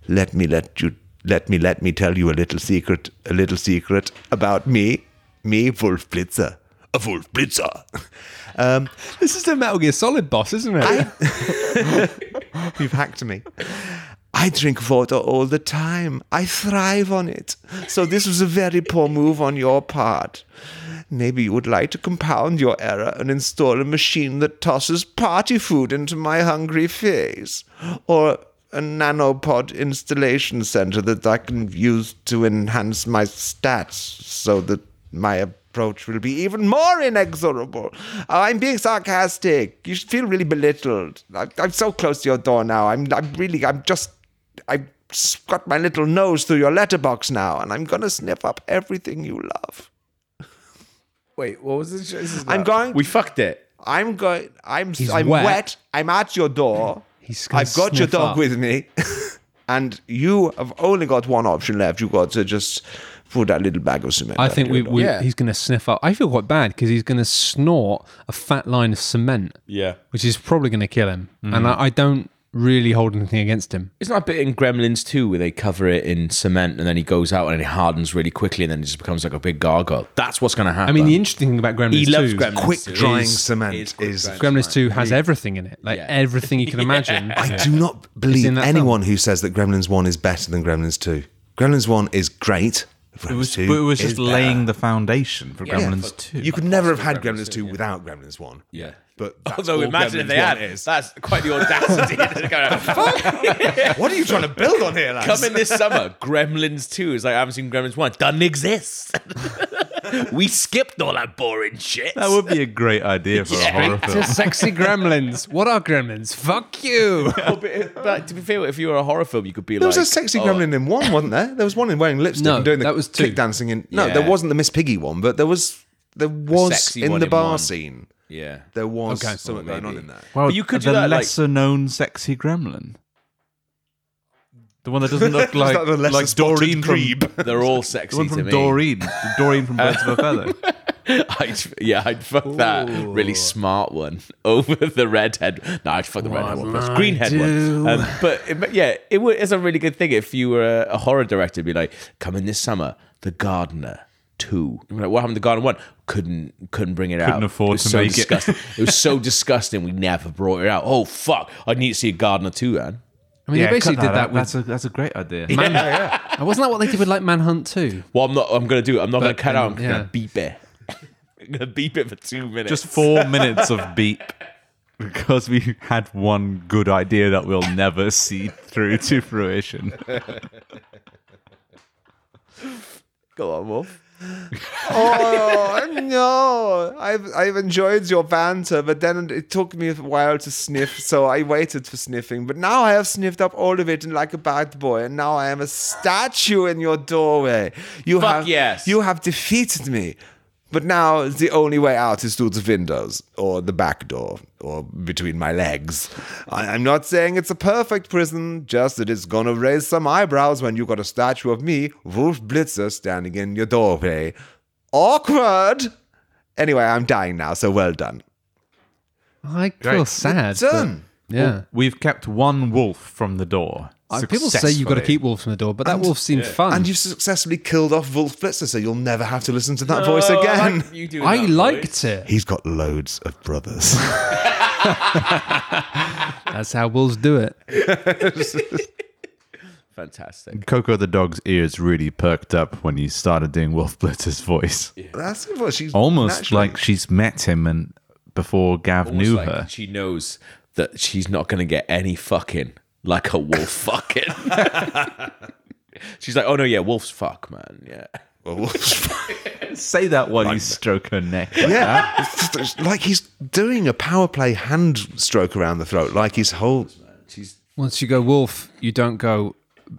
Speaker 5: Let me let you. Let me let me tell you a little secret. A little secret about me. Me, Wolf Blitzer. A Wolf Blitzer. um,
Speaker 4: This is a Metal Gear Solid boss, isn't it?
Speaker 5: You've hacked me. I drink water all the time. I thrive on it. So this was a very poor move on your part. Maybe you would like to compound your error and install a machine that tosses party food into my hungry face. Or a nanopod installation center that I can use to enhance my stats so that my approach will be even more inexorable. I'm being sarcastic. You should feel really belittled. I, I'm so close to your door now. I'm, I'm really, I'm just, I've got my little nose through your letterbox now, and I'm going to sniff up everything you love.
Speaker 2: Wait, what was this? this is
Speaker 5: I'm
Speaker 2: not-
Speaker 5: going-
Speaker 2: We fucked it.
Speaker 5: I'm going, I'm, I'm
Speaker 4: wet.
Speaker 5: wet. I'm at your door.
Speaker 4: He's gonna
Speaker 5: I've got your
Speaker 4: sniff
Speaker 5: dog
Speaker 4: up.
Speaker 5: with me. and you have only got one option left. You've got to just put that little bag of cement.
Speaker 4: I
Speaker 5: under
Speaker 4: think
Speaker 5: your
Speaker 4: we,
Speaker 5: door.
Speaker 4: we
Speaker 2: Yeah.
Speaker 4: he's going to sniff up. I feel quite bad because he's going to snort a fat line of cement,
Speaker 2: Yeah.
Speaker 4: which is probably going to kill him. And I, I don't really hold anything against him.
Speaker 2: It's not a bit in Gremlins 2 where they cover it in cement and then he goes out and it hardens really quickly and then it just becomes like a big gargoyle. That's what's going to happen.
Speaker 4: I mean, the interesting thing about Gremlins
Speaker 2: he
Speaker 4: 2,
Speaker 2: loves Gremlins.
Speaker 5: quick
Speaker 2: 2.
Speaker 5: drying
Speaker 2: Is-
Speaker 5: cement
Speaker 2: is
Speaker 5: is,
Speaker 2: quick drying.
Speaker 4: Gremlins 2 has everything in it, like
Speaker 2: Yeah.
Speaker 4: everything you can imagine.
Speaker 5: I do not believe
Speaker 4: in that
Speaker 5: anyone who says that Gremlins 1 is better than Gremlins 2. Gremlins 1 is great. Gremlins
Speaker 3: It was,
Speaker 5: 2
Speaker 3: but it was
Speaker 5: is
Speaker 3: just
Speaker 5: better.
Speaker 3: laying the foundation for Gremlins Two.
Speaker 5: You could never have had Gremlins 2 without Gremlins 1.
Speaker 2: Yeah.
Speaker 5: But that's
Speaker 2: Although
Speaker 5: all
Speaker 2: imagine if
Speaker 5: Gremlins
Speaker 2: they had
Speaker 5: 1
Speaker 2: it.
Speaker 5: is.
Speaker 2: That's quite the audacity. to go out.
Speaker 5: What are you trying to build on here, lads?
Speaker 2: Coming this summer, Gremlins 2 is like, I haven't seen Gremlins 1. Doesn't exist. we skipped all that boring shit.
Speaker 3: that would be a great idea for a horror film.
Speaker 4: to sexy gremlins. What are gremlins? Fuck you.
Speaker 2: Oh, but, it- but to be fair, if you were a horror film, you could be
Speaker 5: There
Speaker 2: like,
Speaker 5: was a sexy
Speaker 2: oh,
Speaker 5: gremlin in one, wasn't there? There was one in wearing lipstick
Speaker 4: No,
Speaker 5: and doing the
Speaker 4: that was two.
Speaker 5: kick dancing in. No,
Speaker 2: Yeah.
Speaker 5: there wasn't the Miss Piggy one, but there was there was
Speaker 2: sexy
Speaker 5: in
Speaker 2: one
Speaker 5: the
Speaker 2: in
Speaker 5: bar
Speaker 2: one.
Speaker 5: scene.
Speaker 2: Yeah.
Speaker 5: There was
Speaker 4: Okay.
Speaker 5: something
Speaker 2: Well,
Speaker 5: going on
Speaker 2: maybe.
Speaker 5: in there.
Speaker 3: Well,
Speaker 2: But you could
Speaker 3: the
Speaker 2: do that, like-
Speaker 3: lesser known sexy gremlin. The one that doesn't look
Speaker 5: Is
Speaker 3: like
Speaker 5: that the lesser
Speaker 3: like
Speaker 5: spotted
Speaker 3: Doreen from
Speaker 5: grebe?
Speaker 2: They're all
Speaker 3: the
Speaker 2: sexy
Speaker 3: one
Speaker 2: to
Speaker 3: from
Speaker 2: me.
Speaker 3: Doreen, Doreen from Birds of a Feather.
Speaker 2: I'd, yeah, I'd fuck that really smart one over the redhead. No, I'd fuck the redhead one first. Greenhead one. Um, but, it- but yeah, it would, it's a really good thing if you were a, a horror director and be like, coming this summer, The Gardener. Two. You're Like, what happened to Garden One? Couldn't couldn't bring it out.
Speaker 3: afford
Speaker 2: It was
Speaker 3: to
Speaker 2: so
Speaker 3: make it.
Speaker 2: disgusting. it. was so disgusting. We never brought it out. Oh fuck! I need to see a Gardener Two, man.
Speaker 4: I mean,
Speaker 3: Yeah,
Speaker 4: they basically
Speaker 3: cut
Speaker 4: did that
Speaker 3: out.
Speaker 4: with.
Speaker 3: that's a that's a great idea.
Speaker 4: Wasn't that what they did with like Manhunt too?
Speaker 2: Well, I'm not. I'm gonna do it. I'm not gonna cut
Speaker 4: then,
Speaker 2: out. I'm
Speaker 4: yeah.
Speaker 2: gonna beep it. I'm gonna beep it for two minutes.
Speaker 3: Just four minutes of beep because we had one good idea that we'll never see through to fruition.
Speaker 2: go on, Wolf.
Speaker 5: Oh no! I've I've enjoyed your banter, but then it took me a while to sniff, so I waited for sniffing. But now I have sniffed up all of it and like a bad boy, and now I am a statue in your doorway. You
Speaker 2: Fuck
Speaker 5: have
Speaker 2: yes.
Speaker 5: you have defeated me. But now the only way out is through the windows or the back door or between my legs. I, I'm not saying it's a perfect prison, just that it's gonna raise some eyebrows when you got a statue of me, Wolf Blitzer, standing in your doorway. Awkward. Anyway, I'm dying now, so well done.
Speaker 4: I feel sad. but-
Speaker 5: Done.
Speaker 4: Yeah.
Speaker 3: We've kept one wolf from the door.
Speaker 4: Uh, People say you've got to
Speaker 3: successfully.
Speaker 4: keep wolves from the door, but that wolf seemed fun.
Speaker 5: And you've successfully killed off Wolf Blitzer, so you'll never have to listen to that voice again.
Speaker 2: you do.
Speaker 4: I liked it.
Speaker 5: He's got loads of brothers.
Speaker 4: That's how wolves do it.
Speaker 2: Fantastic.
Speaker 3: Coco the dog's ears really perked up when he started doing Wolf Blitzer's voice.
Speaker 5: That's what she's
Speaker 3: Almost
Speaker 5: naturally-
Speaker 3: like she's met him and before Gav
Speaker 2: Almost
Speaker 3: knew
Speaker 2: like
Speaker 3: her.
Speaker 2: She knows that she's not going to get any fucking like a wolf fucking. she's like, oh no, yeah, wolf's fuck, man. Yeah.
Speaker 3: Say that while you stroke her neck.
Speaker 5: Yeah, it's just- it's like he's doing a power play hand stroke around the throat, like his whole.
Speaker 2: She's
Speaker 4: Once you go wolf, you don't go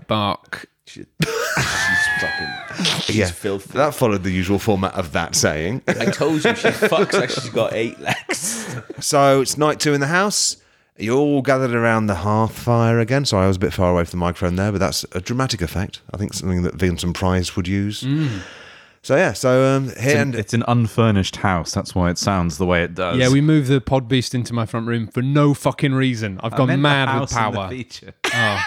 Speaker 4: bark.
Speaker 2: she, she's fucking. She's
Speaker 5: yeah,
Speaker 2: filthy.
Speaker 5: that followed the usual format of that saying.
Speaker 2: I told you she fucks like she's got eight legs.
Speaker 5: so it's night two in the house. You're all gathered around the hearth fire again. Sorry, I was a bit far away from the microphone there, but that's a dramatic effect. I think something that Vincent Price would use. So yeah, so um, here
Speaker 3: It's an,
Speaker 5: and
Speaker 3: it's an unfurnished house. That's why it sounds the way it does.
Speaker 4: Yeah, we moved the pod beast into my front room for no fucking reason. I've gone mad with power.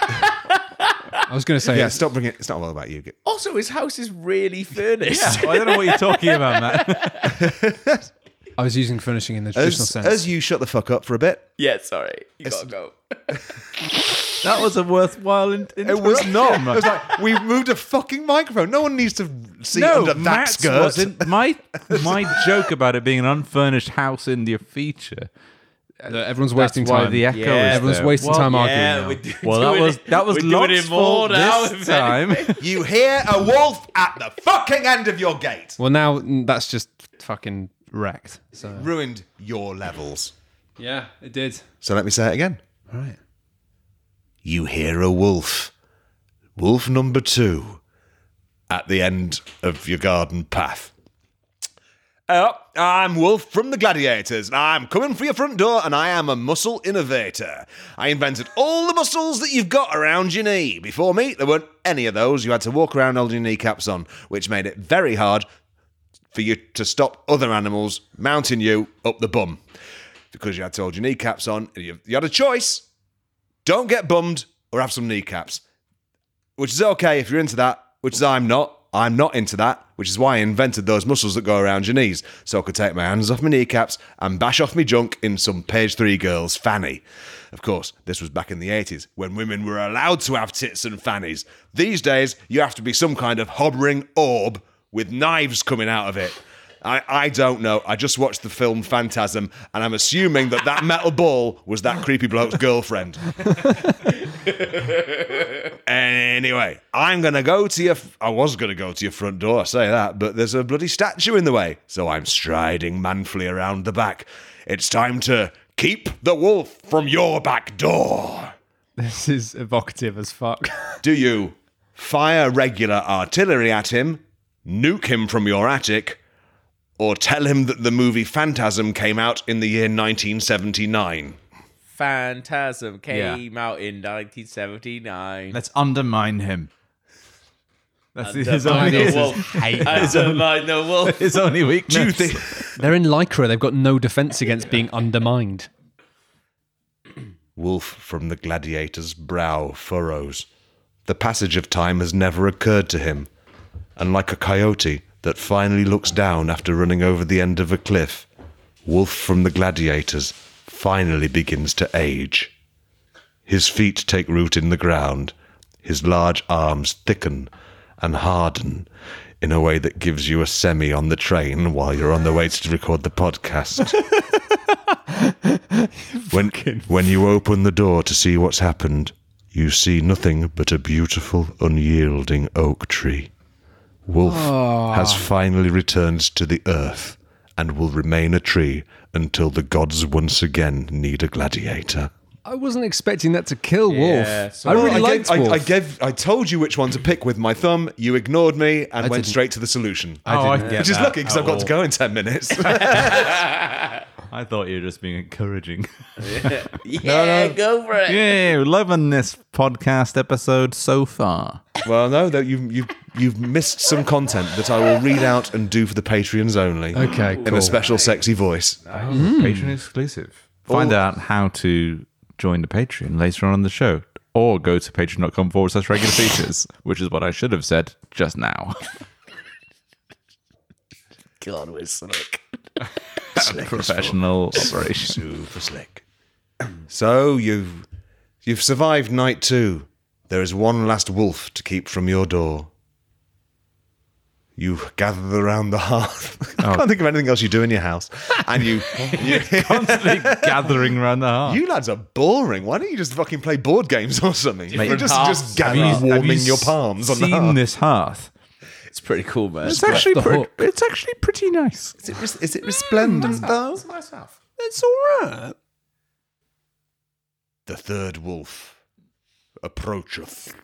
Speaker 4: I was going to say,
Speaker 5: yeah, stop bringing. It's not all about you.
Speaker 2: Also, his house is really furnished.
Speaker 3: I don't know what you're talking about, Matt.
Speaker 4: I was using furnishing in the traditional
Speaker 5: As,
Speaker 4: sense.
Speaker 5: as you shut the fuck up for a bit,
Speaker 2: Yeah, sorry. You gotta go.
Speaker 3: That was a worthwhile in-
Speaker 5: It was not.
Speaker 3: interruption.
Speaker 5: It was like we moved a fucking microphone. No one needs to see under that
Speaker 3: Matt's
Speaker 5: skirt.
Speaker 3: wasn't. My my joke about it being an unfurnished house in your feature.
Speaker 4: Look, everyone's
Speaker 3: That's
Speaker 4: wasting
Speaker 3: why
Speaker 4: time.
Speaker 3: the echo
Speaker 2: Yeah,
Speaker 3: is
Speaker 4: everyone's
Speaker 3: there.
Speaker 4: wasting
Speaker 3: Well,
Speaker 4: time arguing.
Speaker 2: Yeah,
Speaker 4: now.
Speaker 2: we're do-
Speaker 3: Well, that
Speaker 2: doing
Speaker 3: was
Speaker 2: it-
Speaker 3: that was
Speaker 2: we're doing
Speaker 3: Locke's
Speaker 2: it more
Speaker 3: fault
Speaker 2: now.
Speaker 3: this
Speaker 2: if anything.
Speaker 3: time.
Speaker 5: You hear a wolf at the fucking end of your gate.
Speaker 4: Well, now mm, that's just fucking wrecked. So
Speaker 5: Ruined your levels.
Speaker 4: yeah, it did.
Speaker 5: So let me say it again.
Speaker 4: All right.
Speaker 5: You hear a wolf. Wolf number two at the end of your garden path. Oh, I'm Wolf from the Gladiators, and I'm coming for your front door, and I am a muscle innovator. I invented all the muscles that you've got around your knee. Before me, there weren't any of those. You had to walk around holding your kneecaps on, which made it very hard for you to stop other animals mounting you up the bum. Because you had to hold your kneecaps on, and you, you had a choice don't get bummed or have some kneecaps. Which is okay if you're into that, which is I'm not. I'm not into that, which is why I invented those muscles that go around your knees, so I could take my hands off my kneecaps and bash off my junk in some page three girl's fanny. Of course, this was back in the 80s when women were allowed to have tits and fannies. These days, you have to be some kind of hovering orb with knives coming out of it. I, I don't know. I just watched the film Phantasm, and I'm assuming that that metal ball was that creepy bloke's girlfriend. Anyway, I'm gonna go to your. I was gonna go to your front door, say that, but there's a bloody statue in the way, so I'm striding manfully around the back. It's time to keep the wolf from your back door.
Speaker 4: This is evocative as fuck.
Speaker 5: Do you fire regular artillery at him, nuke him from your attic, or tell him that the movie Phantasm came out in the year 1979?
Speaker 2: Phantasm came out in 1979.
Speaker 3: Let's undermine him. That's
Speaker 2: And
Speaker 3: his
Speaker 2: the
Speaker 3: only-
Speaker 2: minor
Speaker 3: his-
Speaker 2: wolf. As a minor wolf.
Speaker 3: His only weakness.
Speaker 4: They're in lycra. They've got no defense against being undermined.
Speaker 5: Wolf from the gladiator's brow furrows. The passage of time has never occurred to him, and like a coyote that finally looks down after running over the end of a cliff, Wolf from the gladiators finally begins to age. His feet take root in the ground, his large arms thicken and harden in a way that gives you a semi on the train while you're on the way to record the podcast. When, when you open the door to see what's happened, you see nothing but a beautiful, unyielding oak tree. Wolf has finally returned to the earth and will remain a tree until the gods once again need a gladiator.
Speaker 4: I wasn't expecting that to kill Wolf.
Speaker 2: Yeah,
Speaker 4: I really
Speaker 5: I
Speaker 4: liked
Speaker 5: gave, I,
Speaker 4: Wolf.
Speaker 5: I gave. I told you which one to pick with my thumb. You ignored me and went
Speaker 4: didn't.
Speaker 5: straight to the solution.
Speaker 3: Oh, I didn't get
Speaker 5: which is
Speaker 3: that
Speaker 5: lucky because
Speaker 3: at
Speaker 5: I've got to
Speaker 3: all.
Speaker 5: go in ten minutes.
Speaker 3: I thought you were just being encouraging.
Speaker 2: Yeah, go for it.
Speaker 3: yeah, we're loving this podcast episode so far.
Speaker 5: well, no, that you've you've you've missed some content that I will read out and do for the Patreons only.
Speaker 4: Okay,
Speaker 5: in
Speaker 4: cool.
Speaker 5: a special sexy voice.
Speaker 3: Patreon exclusive. Find
Speaker 5: Oh.
Speaker 3: out how to join the Patreon later on in the show. Or go to patreon.com forward slash regular features, which is what I should have said just now.
Speaker 2: God, we're slick.
Speaker 3: Professional operation.
Speaker 5: Super slick. So you've you've survived night two. There is one last wolf to keep from your door. You gather around the hearth. I can't think of anything else you do in your house. And you, you,
Speaker 3: Gathering around the heart.
Speaker 5: you lads are boring. Why don't you just fucking play board games or something? You're just just
Speaker 2: Have
Speaker 5: gather,
Speaker 2: you-
Speaker 3: Have you
Speaker 5: warming your palms on the
Speaker 3: seen
Speaker 5: hearth.
Speaker 3: this hearth.
Speaker 2: It's pretty cool, man.
Speaker 3: It's actually
Speaker 4: the
Speaker 3: pretty,
Speaker 4: hook.
Speaker 3: it's actually pretty nice.
Speaker 5: Is it, res- is it resplendent though?
Speaker 4: It's all right.
Speaker 5: The third wolf approacheth.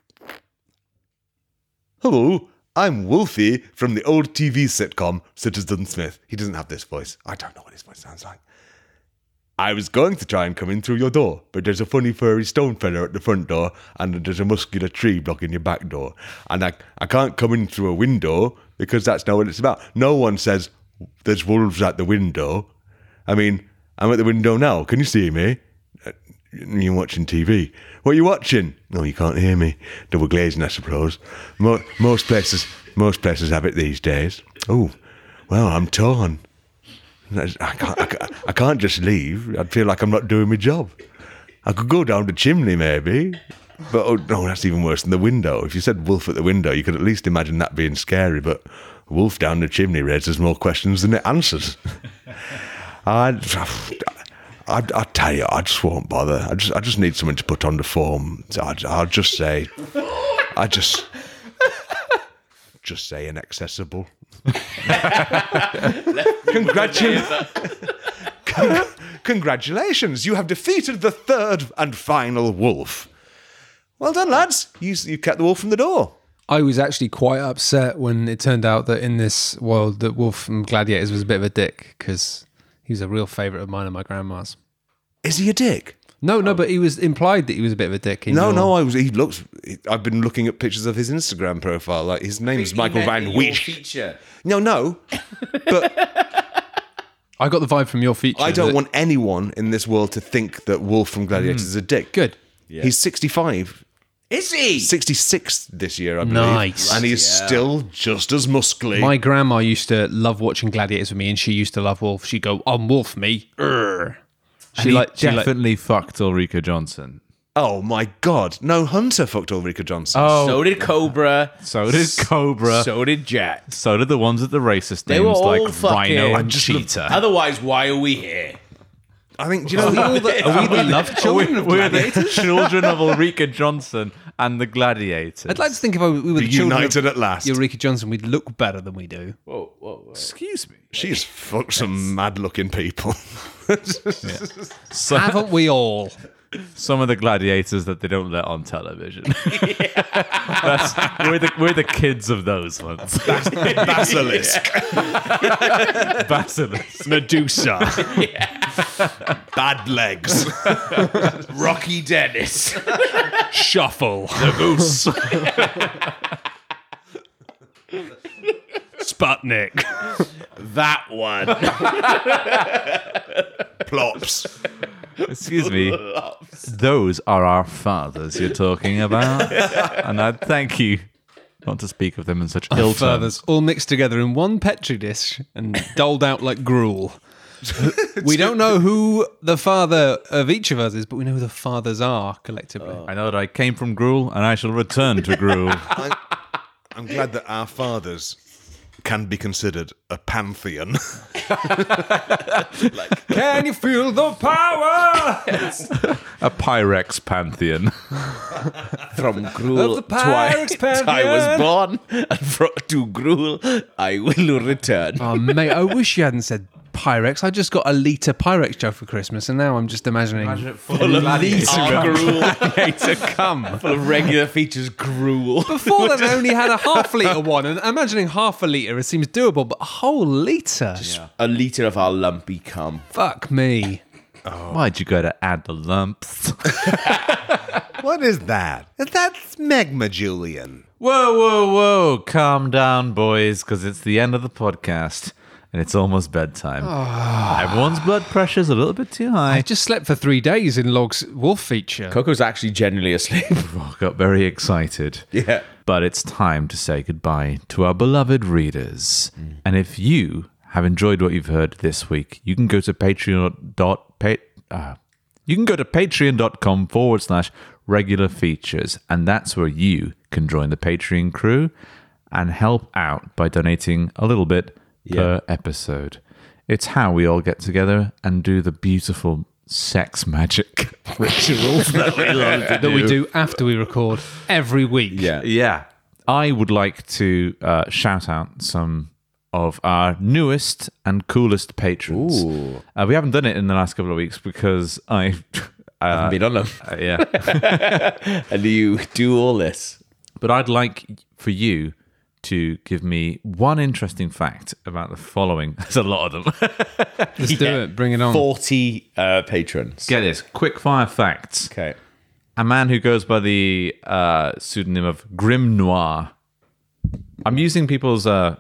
Speaker 5: Hello, I'm Wolfie from the old TV sitcom Citizen Smith. He doesn't have this voice. I don't know what his voice sounds like. I was going to try and come in through your door, but there's a funny furry stone fella at the front door, and there's a muscular tree blocking your back door. And I, I can't come in through a window because that's not what it's about. No one says there's wolves at the window. I mean, I'm at the window now. Can you see me? Uh, You're watching TV. What are you watching? No, you can't hear me. Double glazing, I suppose. Mo- most places, most places have it these days. Oh, well, I'm torn. That's- I can't, I, can't, I can't just leave. I'd feel like I'm not doing my job. I could go down the chimney, maybe. But oh, no, that's even worse than the window. If you said wolf at the window, you could at least imagine that being scary. But wolf down the chimney raises more questions than it answers. I, I, I tell you, I just won't bother. I just, I just need something to put on the form. So I, I'll just say, I just, just say inaccessible. Congratulations. Congratulations, you have defeated the third and final wolf. Well done, lads. You, you kept the wolf from the door.
Speaker 4: I was actually quite upset when it turned out that in this world that Wolf from Gladiators was a bit of a dick because he was a real favourite of mine and my grandma's.
Speaker 5: Is he a dick?
Speaker 4: No, no, but he was implied that he was a bit of a dick. in
Speaker 5: No,
Speaker 4: your-
Speaker 5: no. I was. He looks. I've been looking at pictures of his Instagram profile. Like his name's Michael Van Weech.
Speaker 2: Feature.
Speaker 5: No, no.
Speaker 4: I got the vibe from your feature.
Speaker 5: I don't
Speaker 4: that-
Speaker 5: want anyone in this world to think that Wolf from Gladiators is a dick.
Speaker 4: Hmm. Good.
Speaker 5: He's 65,
Speaker 2: Is he?
Speaker 5: 66 this year, I believe.
Speaker 4: Nice.
Speaker 5: And he's
Speaker 2: Yeah.
Speaker 5: still just as muscly.
Speaker 4: My grandma used to love watching Gladiators with me, and she used to love Wolf. She'd go, "Unwolf me." Urgh. She
Speaker 3: He
Speaker 4: like she like-
Speaker 3: definitely fucked Ulrika Johnson.
Speaker 5: oh my God. No, Hunter fucked Ulrika Johnson.
Speaker 4: Oh.
Speaker 2: So did Cobra.
Speaker 3: So did Cobra. So,
Speaker 2: So did Jack.
Speaker 3: did the ones with the racist names
Speaker 2: were all
Speaker 3: like
Speaker 2: fucking-
Speaker 3: Rhino
Speaker 2: I
Speaker 3: and
Speaker 5: just love-
Speaker 3: Cheetah.
Speaker 2: Otherwise, why are we here?
Speaker 5: I think, do you know,
Speaker 4: Are we all the- are we the love children
Speaker 3: we're,
Speaker 4: of
Speaker 3: we're
Speaker 4: Gladiators?
Speaker 3: the children of Ulrika Johnson and the Gladiators.
Speaker 4: I'd like to think if I, we were the children
Speaker 5: Reunited
Speaker 4: of
Speaker 5: at last.
Speaker 4: Eureka Johnson, we'd look better than we do.
Speaker 2: Whoa, whoa, whoa.
Speaker 3: Excuse me.
Speaker 5: she's fucked some mad looking people.
Speaker 3: So,
Speaker 4: Haven't we all?
Speaker 3: some of the gladiators that they don't let on television. That's, we're, the, we're the kids of those ones.
Speaker 5: Basilisk.
Speaker 3: Basilisk.
Speaker 2: Medusa.
Speaker 5: Bad legs.
Speaker 2: Rocky Dennis.
Speaker 4: Shuffle.
Speaker 2: Goose.
Speaker 4: Sputnik.
Speaker 2: That one.
Speaker 6: Plops.
Speaker 3: Excuse me. Those are our fathers you're talking about. and I thank you not to speak of them in such ill terms.
Speaker 4: Fathers all mixed together in one petri dish and doled out like gruel. we don't know who the father of each of us is, but we know who the fathers are collectively.
Speaker 3: I know that I came from gruel and I shall return to gruel.
Speaker 6: I'm glad that our fathers can be considered a pantheon.
Speaker 4: Can you feel the power?
Speaker 3: A Pyrex pantheon.
Speaker 2: From Gruel,
Speaker 4: Of the Pyrex
Speaker 2: twi- I was born, and fro- to Gruel, I will return.
Speaker 4: oh, mate, I wish you hadn't said Pyrex. I just got a litre Pyrex joke for Christmas, and now I'm just imagining.
Speaker 3: Full of
Speaker 4: Oh.
Speaker 2: Our Gruel,
Speaker 4: to come.
Speaker 2: full of regular features, Gruel.
Speaker 4: Before that, I only had a half litre one, and imagining half a litre, it seems doable, but a whole litre?
Speaker 2: A litre of our lumpy cum.
Speaker 4: Fuck me.
Speaker 3: Why'd you gotta add the lumps?
Speaker 5: What is that? That's Megma Julian.
Speaker 3: Whoa, whoa, whoa. Calm down, boys, because it's the end of the podcast and it's almost bedtime. Everyone's blood pressure's a little bit too
Speaker 4: I
Speaker 3: high.
Speaker 4: just slept for three days in Log's wolf feature.
Speaker 2: Coco's actually genuinely asleep.
Speaker 3: I got very excited.
Speaker 2: yeah.
Speaker 3: But it's time to say goodbye to our beloved readers. And if you have enjoyed what you've heard this week, you can go to patreon. Dot, pa- uh, you can go to patreon.com forward slash regular features. And that's where you can join the Patreon crew and help out by donating a little bit per episode. It's how we all get together and do the beautiful sex magic rituals that we love to
Speaker 4: that we do after we record every week.
Speaker 2: Yeah.
Speaker 3: yeah. I would like to uh, shout out some of our newest and coolest patrons. Uh, we haven't done it in the last couple of weeks because I, uh,
Speaker 2: Been on them.
Speaker 3: yeah.
Speaker 2: And you do all this.
Speaker 3: But I'd like for you to give me one interesting fact about the following. There's a lot of them.
Speaker 4: Let's do it. Bring it on.
Speaker 2: 40 uh, patrons.
Speaker 3: Get this quick fire facts.
Speaker 2: Okay.
Speaker 3: A man who goes by the uh, pseudonym of Grim Noir. I'm using people's uh,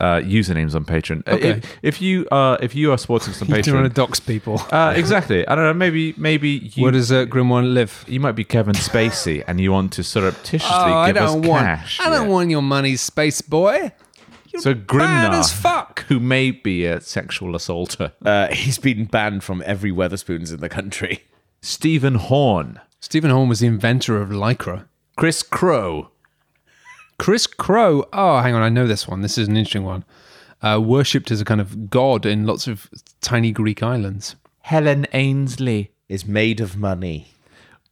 Speaker 3: uh, usernames on Patreon. Uh,
Speaker 4: Okay.
Speaker 3: If, if you uh, if you are supporting some
Speaker 4: You don't want
Speaker 3: Patreon,
Speaker 4: to dox people.
Speaker 3: uh, exactly. I don't know. Maybe maybe you
Speaker 4: Where does uh, Grimoire live?
Speaker 3: you might be Kevin Spacey and you want to surreptitiously give
Speaker 4: Oh, I don't
Speaker 3: us
Speaker 4: want.
Speaker 3: cash.
Speaker 4: I don't
Speaker 3: Yeah.
Speaker 4: want your money, space boy.
Speaker 3: so Grim
Speaker 4: Bad
Speaker 3: Noir,
Speaker 4: as fuck.
Speaker 3: who may be a sexual assaulter.
Speaker 2: Uh, he's been banned from every Weatherspoons in the country.
Speaker 3: Stephen Horn,
Speaker 4: Stephen Horn was the inventor of lycra.
Speaker 3: Chris Crow,
Speaker 4: Chris Crow. Oh, hang on, I know this one. This is an interesting one. Uh, worshipped as a kind of god in lots of tiny Greek islands.
Speaker 3: Helen Ainsley,
Speaker 2: Is made of money.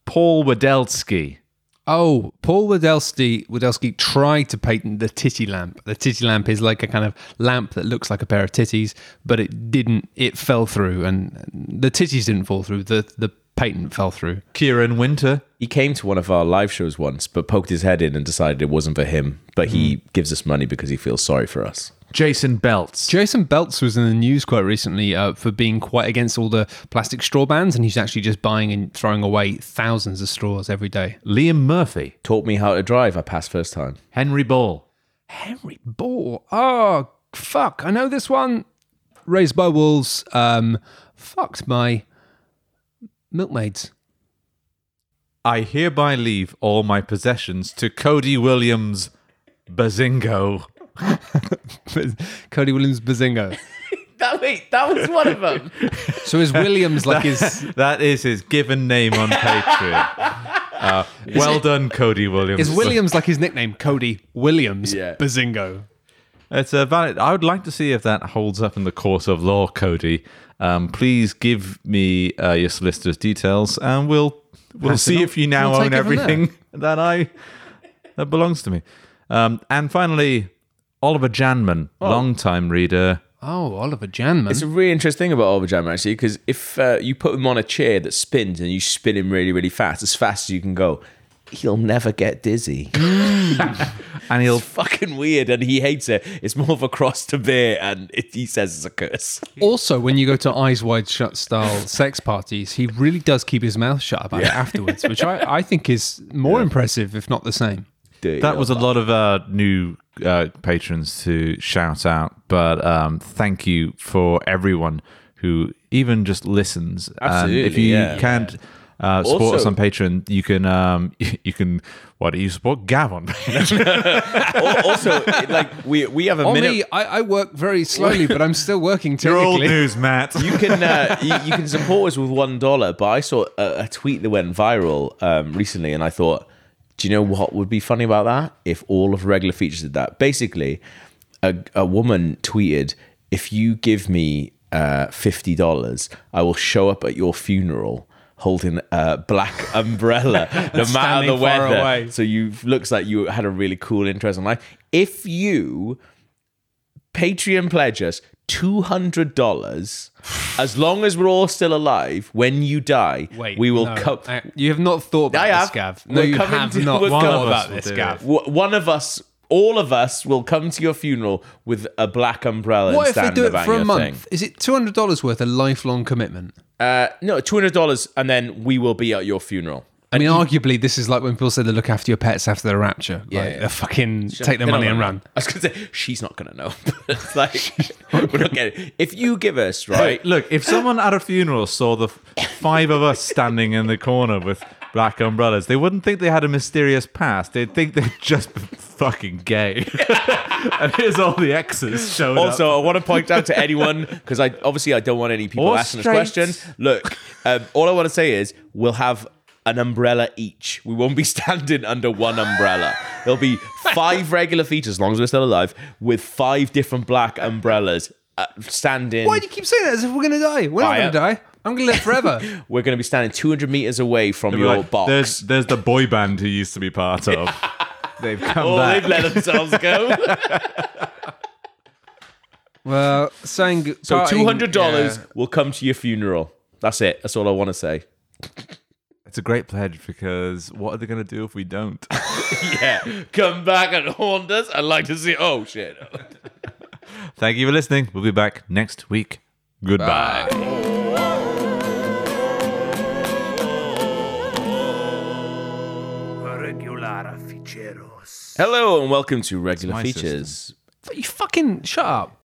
Speaker 3: Paul Wadelsky.
Speaker 4: Oh, Paul Wadelsky, Wadelsky tried to patent the titty lamp. The titty lamp is like a kind of lamp that looks like a pair of titties, but it didn't. It fell through, and the titties didn't fall through. The the patent fell through.
Speaker 3: Kieran Winter,
Speaker 2: He came to one of our live shows once, but poked his head in and decided it wasn't for him. But
Speaker 3: Hmm.
Speaker 2: he gives us money because he feels sorry for us.
Speaker 3: Jason Belts.
Speaker 4: Jason Belts was in the news quite recently uh, for being quite against all the plastic straw bans, and he's actually just buying and throwing away thousands of straws every day.
Speaker 3: Liam Murphy,
Speaker 2: Taught me how to drive. I passed first time.
Speaker 3: Henry Ball,
Speaker 4: Henry Ball. Oh, fuck. I know this one. Raised by wolves. Um, fucked my milkmaids.
Speaker 3: I hereby leave all my possessions to Cody Williams Bazingo.
Speaker 4: Cody Williams Bazingo.
Speaker 2: That wait, that was one of them.
Speaker 4: So is Williams like his.
Speaker 3: That is his given name on Patreon. Uh, well done, Cody Williams.
Speaker 4: Is Williams like his nickname? Cody Williams
Speaker 2: Yeah.
Speaker 4: Bazingo.
Speaker 3: It's a valid. I would like to see if that holds up in the court of law, Cody. Um, please give me uh, your solicitor's details, and we'll we'll
Speaker 4: Pass it
Speaker 3: see
Speaker 4: on.
Speaker 3: if you now
Speaker 4: We'll take
Speaker 3: own
Speaker 4: it from there.
Speaker 3: everything that I that belongs to me. Um, and finally, Oliver Janman, long-time reader.
Speaker 4: Oh, Oliver Janman.
Speaker 2: It's a really interesting thing about Oliver Jam actually, because if uh, you put him on a chair that spins and you spin him really, really fast, as fast as you can go, he'll never get dizzy.
Speaker 3: and he'll
Speaker 2: It's fucking weird, and he hates it. It's more of a cross to bear, and it, he says it's a curse.
Speaker 4: Also, when you go to eyes wide shut style sex parties, he really does keep his mouth shut about it afterwards, which I, I think is more impressive, if not the same.
Speaker 2: Dirty
Speaker 3: That
Speaker 2: old
Speaker 3: was a lot of uh, new uh, patrons to shout out, but um, thank you for everyone who even just listens. And if
Speaker 2: Absolutely,
Speaker 3: you
Speaker 2: yeah.
Speaker 3: can't uh, support us
Speaker 2: Also-
Speaker 3: on Patreon, you can um, you can why do you support Gav on Patreon?
Speaker 2: Al- also, it- like we we have a
Speaker 4: On
Speaker 2: minute.
Speaker 4: me, I, I work very slowly, but I'm still working technically.
Speaker 3: news, Matt.
Speaker 2: You can uh, you, you can support us with one dollar. But I saw a, a tweet that went viral um, recently, and I thought, do you know what would be funny about that if all of regular features did that? Basically, a, a woman tweeted, "If you give me uh, fifty dollars, I will show up at your funeral." Holding a black umbrella, no matter
Speaker 4: standing
Speaker 2: the
Speaker 4: far
Speaker 2: weather.
Speaker 4: away.
Speaker 2: So you looks like you had a really cool interest in life. If you Patreon pledge us two hundred dollars. As long as we're all still alive, when you die, we will
Speaker 4: no.
Speaker 2: co-
Speaker 4: I- you have not thought about
Speaker 2: I
Speaker 4: this,
Speaker 2: have.
Speaker 4: Gav. No,
Speaker 2: We're
Speaker 4: you
Speaker 2: coming
Speaker 4: have
Speaker 2: to-
Speaker 4: not
Speaker 2: we're
Speaker 4: thought
Speaker 2: coming-
Speaker 3: One of
Speaker 4: about
Speaker 3: us
Speaker 4: this,
Speaker 3: will do
Speaker 4: Gav.
Speaker 2: w- one of us, all of us, will come to your funeral with a black umbrella
Speaker 4: What
Speaker 2: and
Speaker 4: if we
Speaker 2: stand
Speaker 4: do it
Speaker 2: about
Speaker 4: for a
Speaker 2: your
Speaker 4: month?
Speaker 2: thing.
Speaker 4: Is it two hundred dollars worth a lifelong commitment?
Speaker 2: Uh, no, two hundred dollars, and then we will be at your funeral.
Speaker 4: I mean, arguably, this is like when people say they look after your pets after the rapture. Yeah, like, they fucking take
Speaker 2: They're
Speaker 4: their
Speaker 2: not
Speaker 4: money and
Speaker 2: gonna-
Speaker 4: run.
Speaker 2: I was gonna say she's not gonna know. it's like we're not getting. If you give us right,
Speaker 3: Look, if someone at a funeral saw the f- five of us standing in the corner with black umbrellas, they wouldn't think they had a mysterious past. They'd think they'd just been fucking gay. and here's all the exes showing up.
Speaker 2: Also, I want to point out to anyone because I obviously I don't want any people
Speaker 3: Or
Speaker 2: asking
Speaker 3: straight.
Speaker 2: us questions. Look, um, all I want to say is we'll have an umbrella each. We won't be standing under one umbrella. There'll be five regular features, as long as we're still alive, with five different black umbrellas uh, standing.
Speaker 4: Why do you keep saying that as if we're gonna die? We're
Speaker 2: Buy
Speaker 4: not gonna die. I'm gonna live forever.
Speaker 2: We're going to be standing 200 meters away from
Speaker 3: They'd be
Speaker 2: your
Speaker 3: like,
Speaker 2: box.
Speaker 3: There's, there's the boy band who used to be part of. They've come
Speaker 2: Oh,
Speaker 3: back.
Speaker 2: they've let themselves go.
Speaker 4: well, saying
Speaker 2: so two hundred dollars will come to your funeral. That's it. That's all I want to say.
Speaker 3: It's a great pledge because what are they going to do if we don't?
Speaker 2: Yeah, come back and haunt us. I'd like to see. Oh shit.
Speaker 3: Thank you for listening. We'll be back next week. Goodbye.
Speaker 2: Hello and welcome to Regular
Speaker 3: my
Speaker 2: Features.
Speaker 4: You fucking shut up.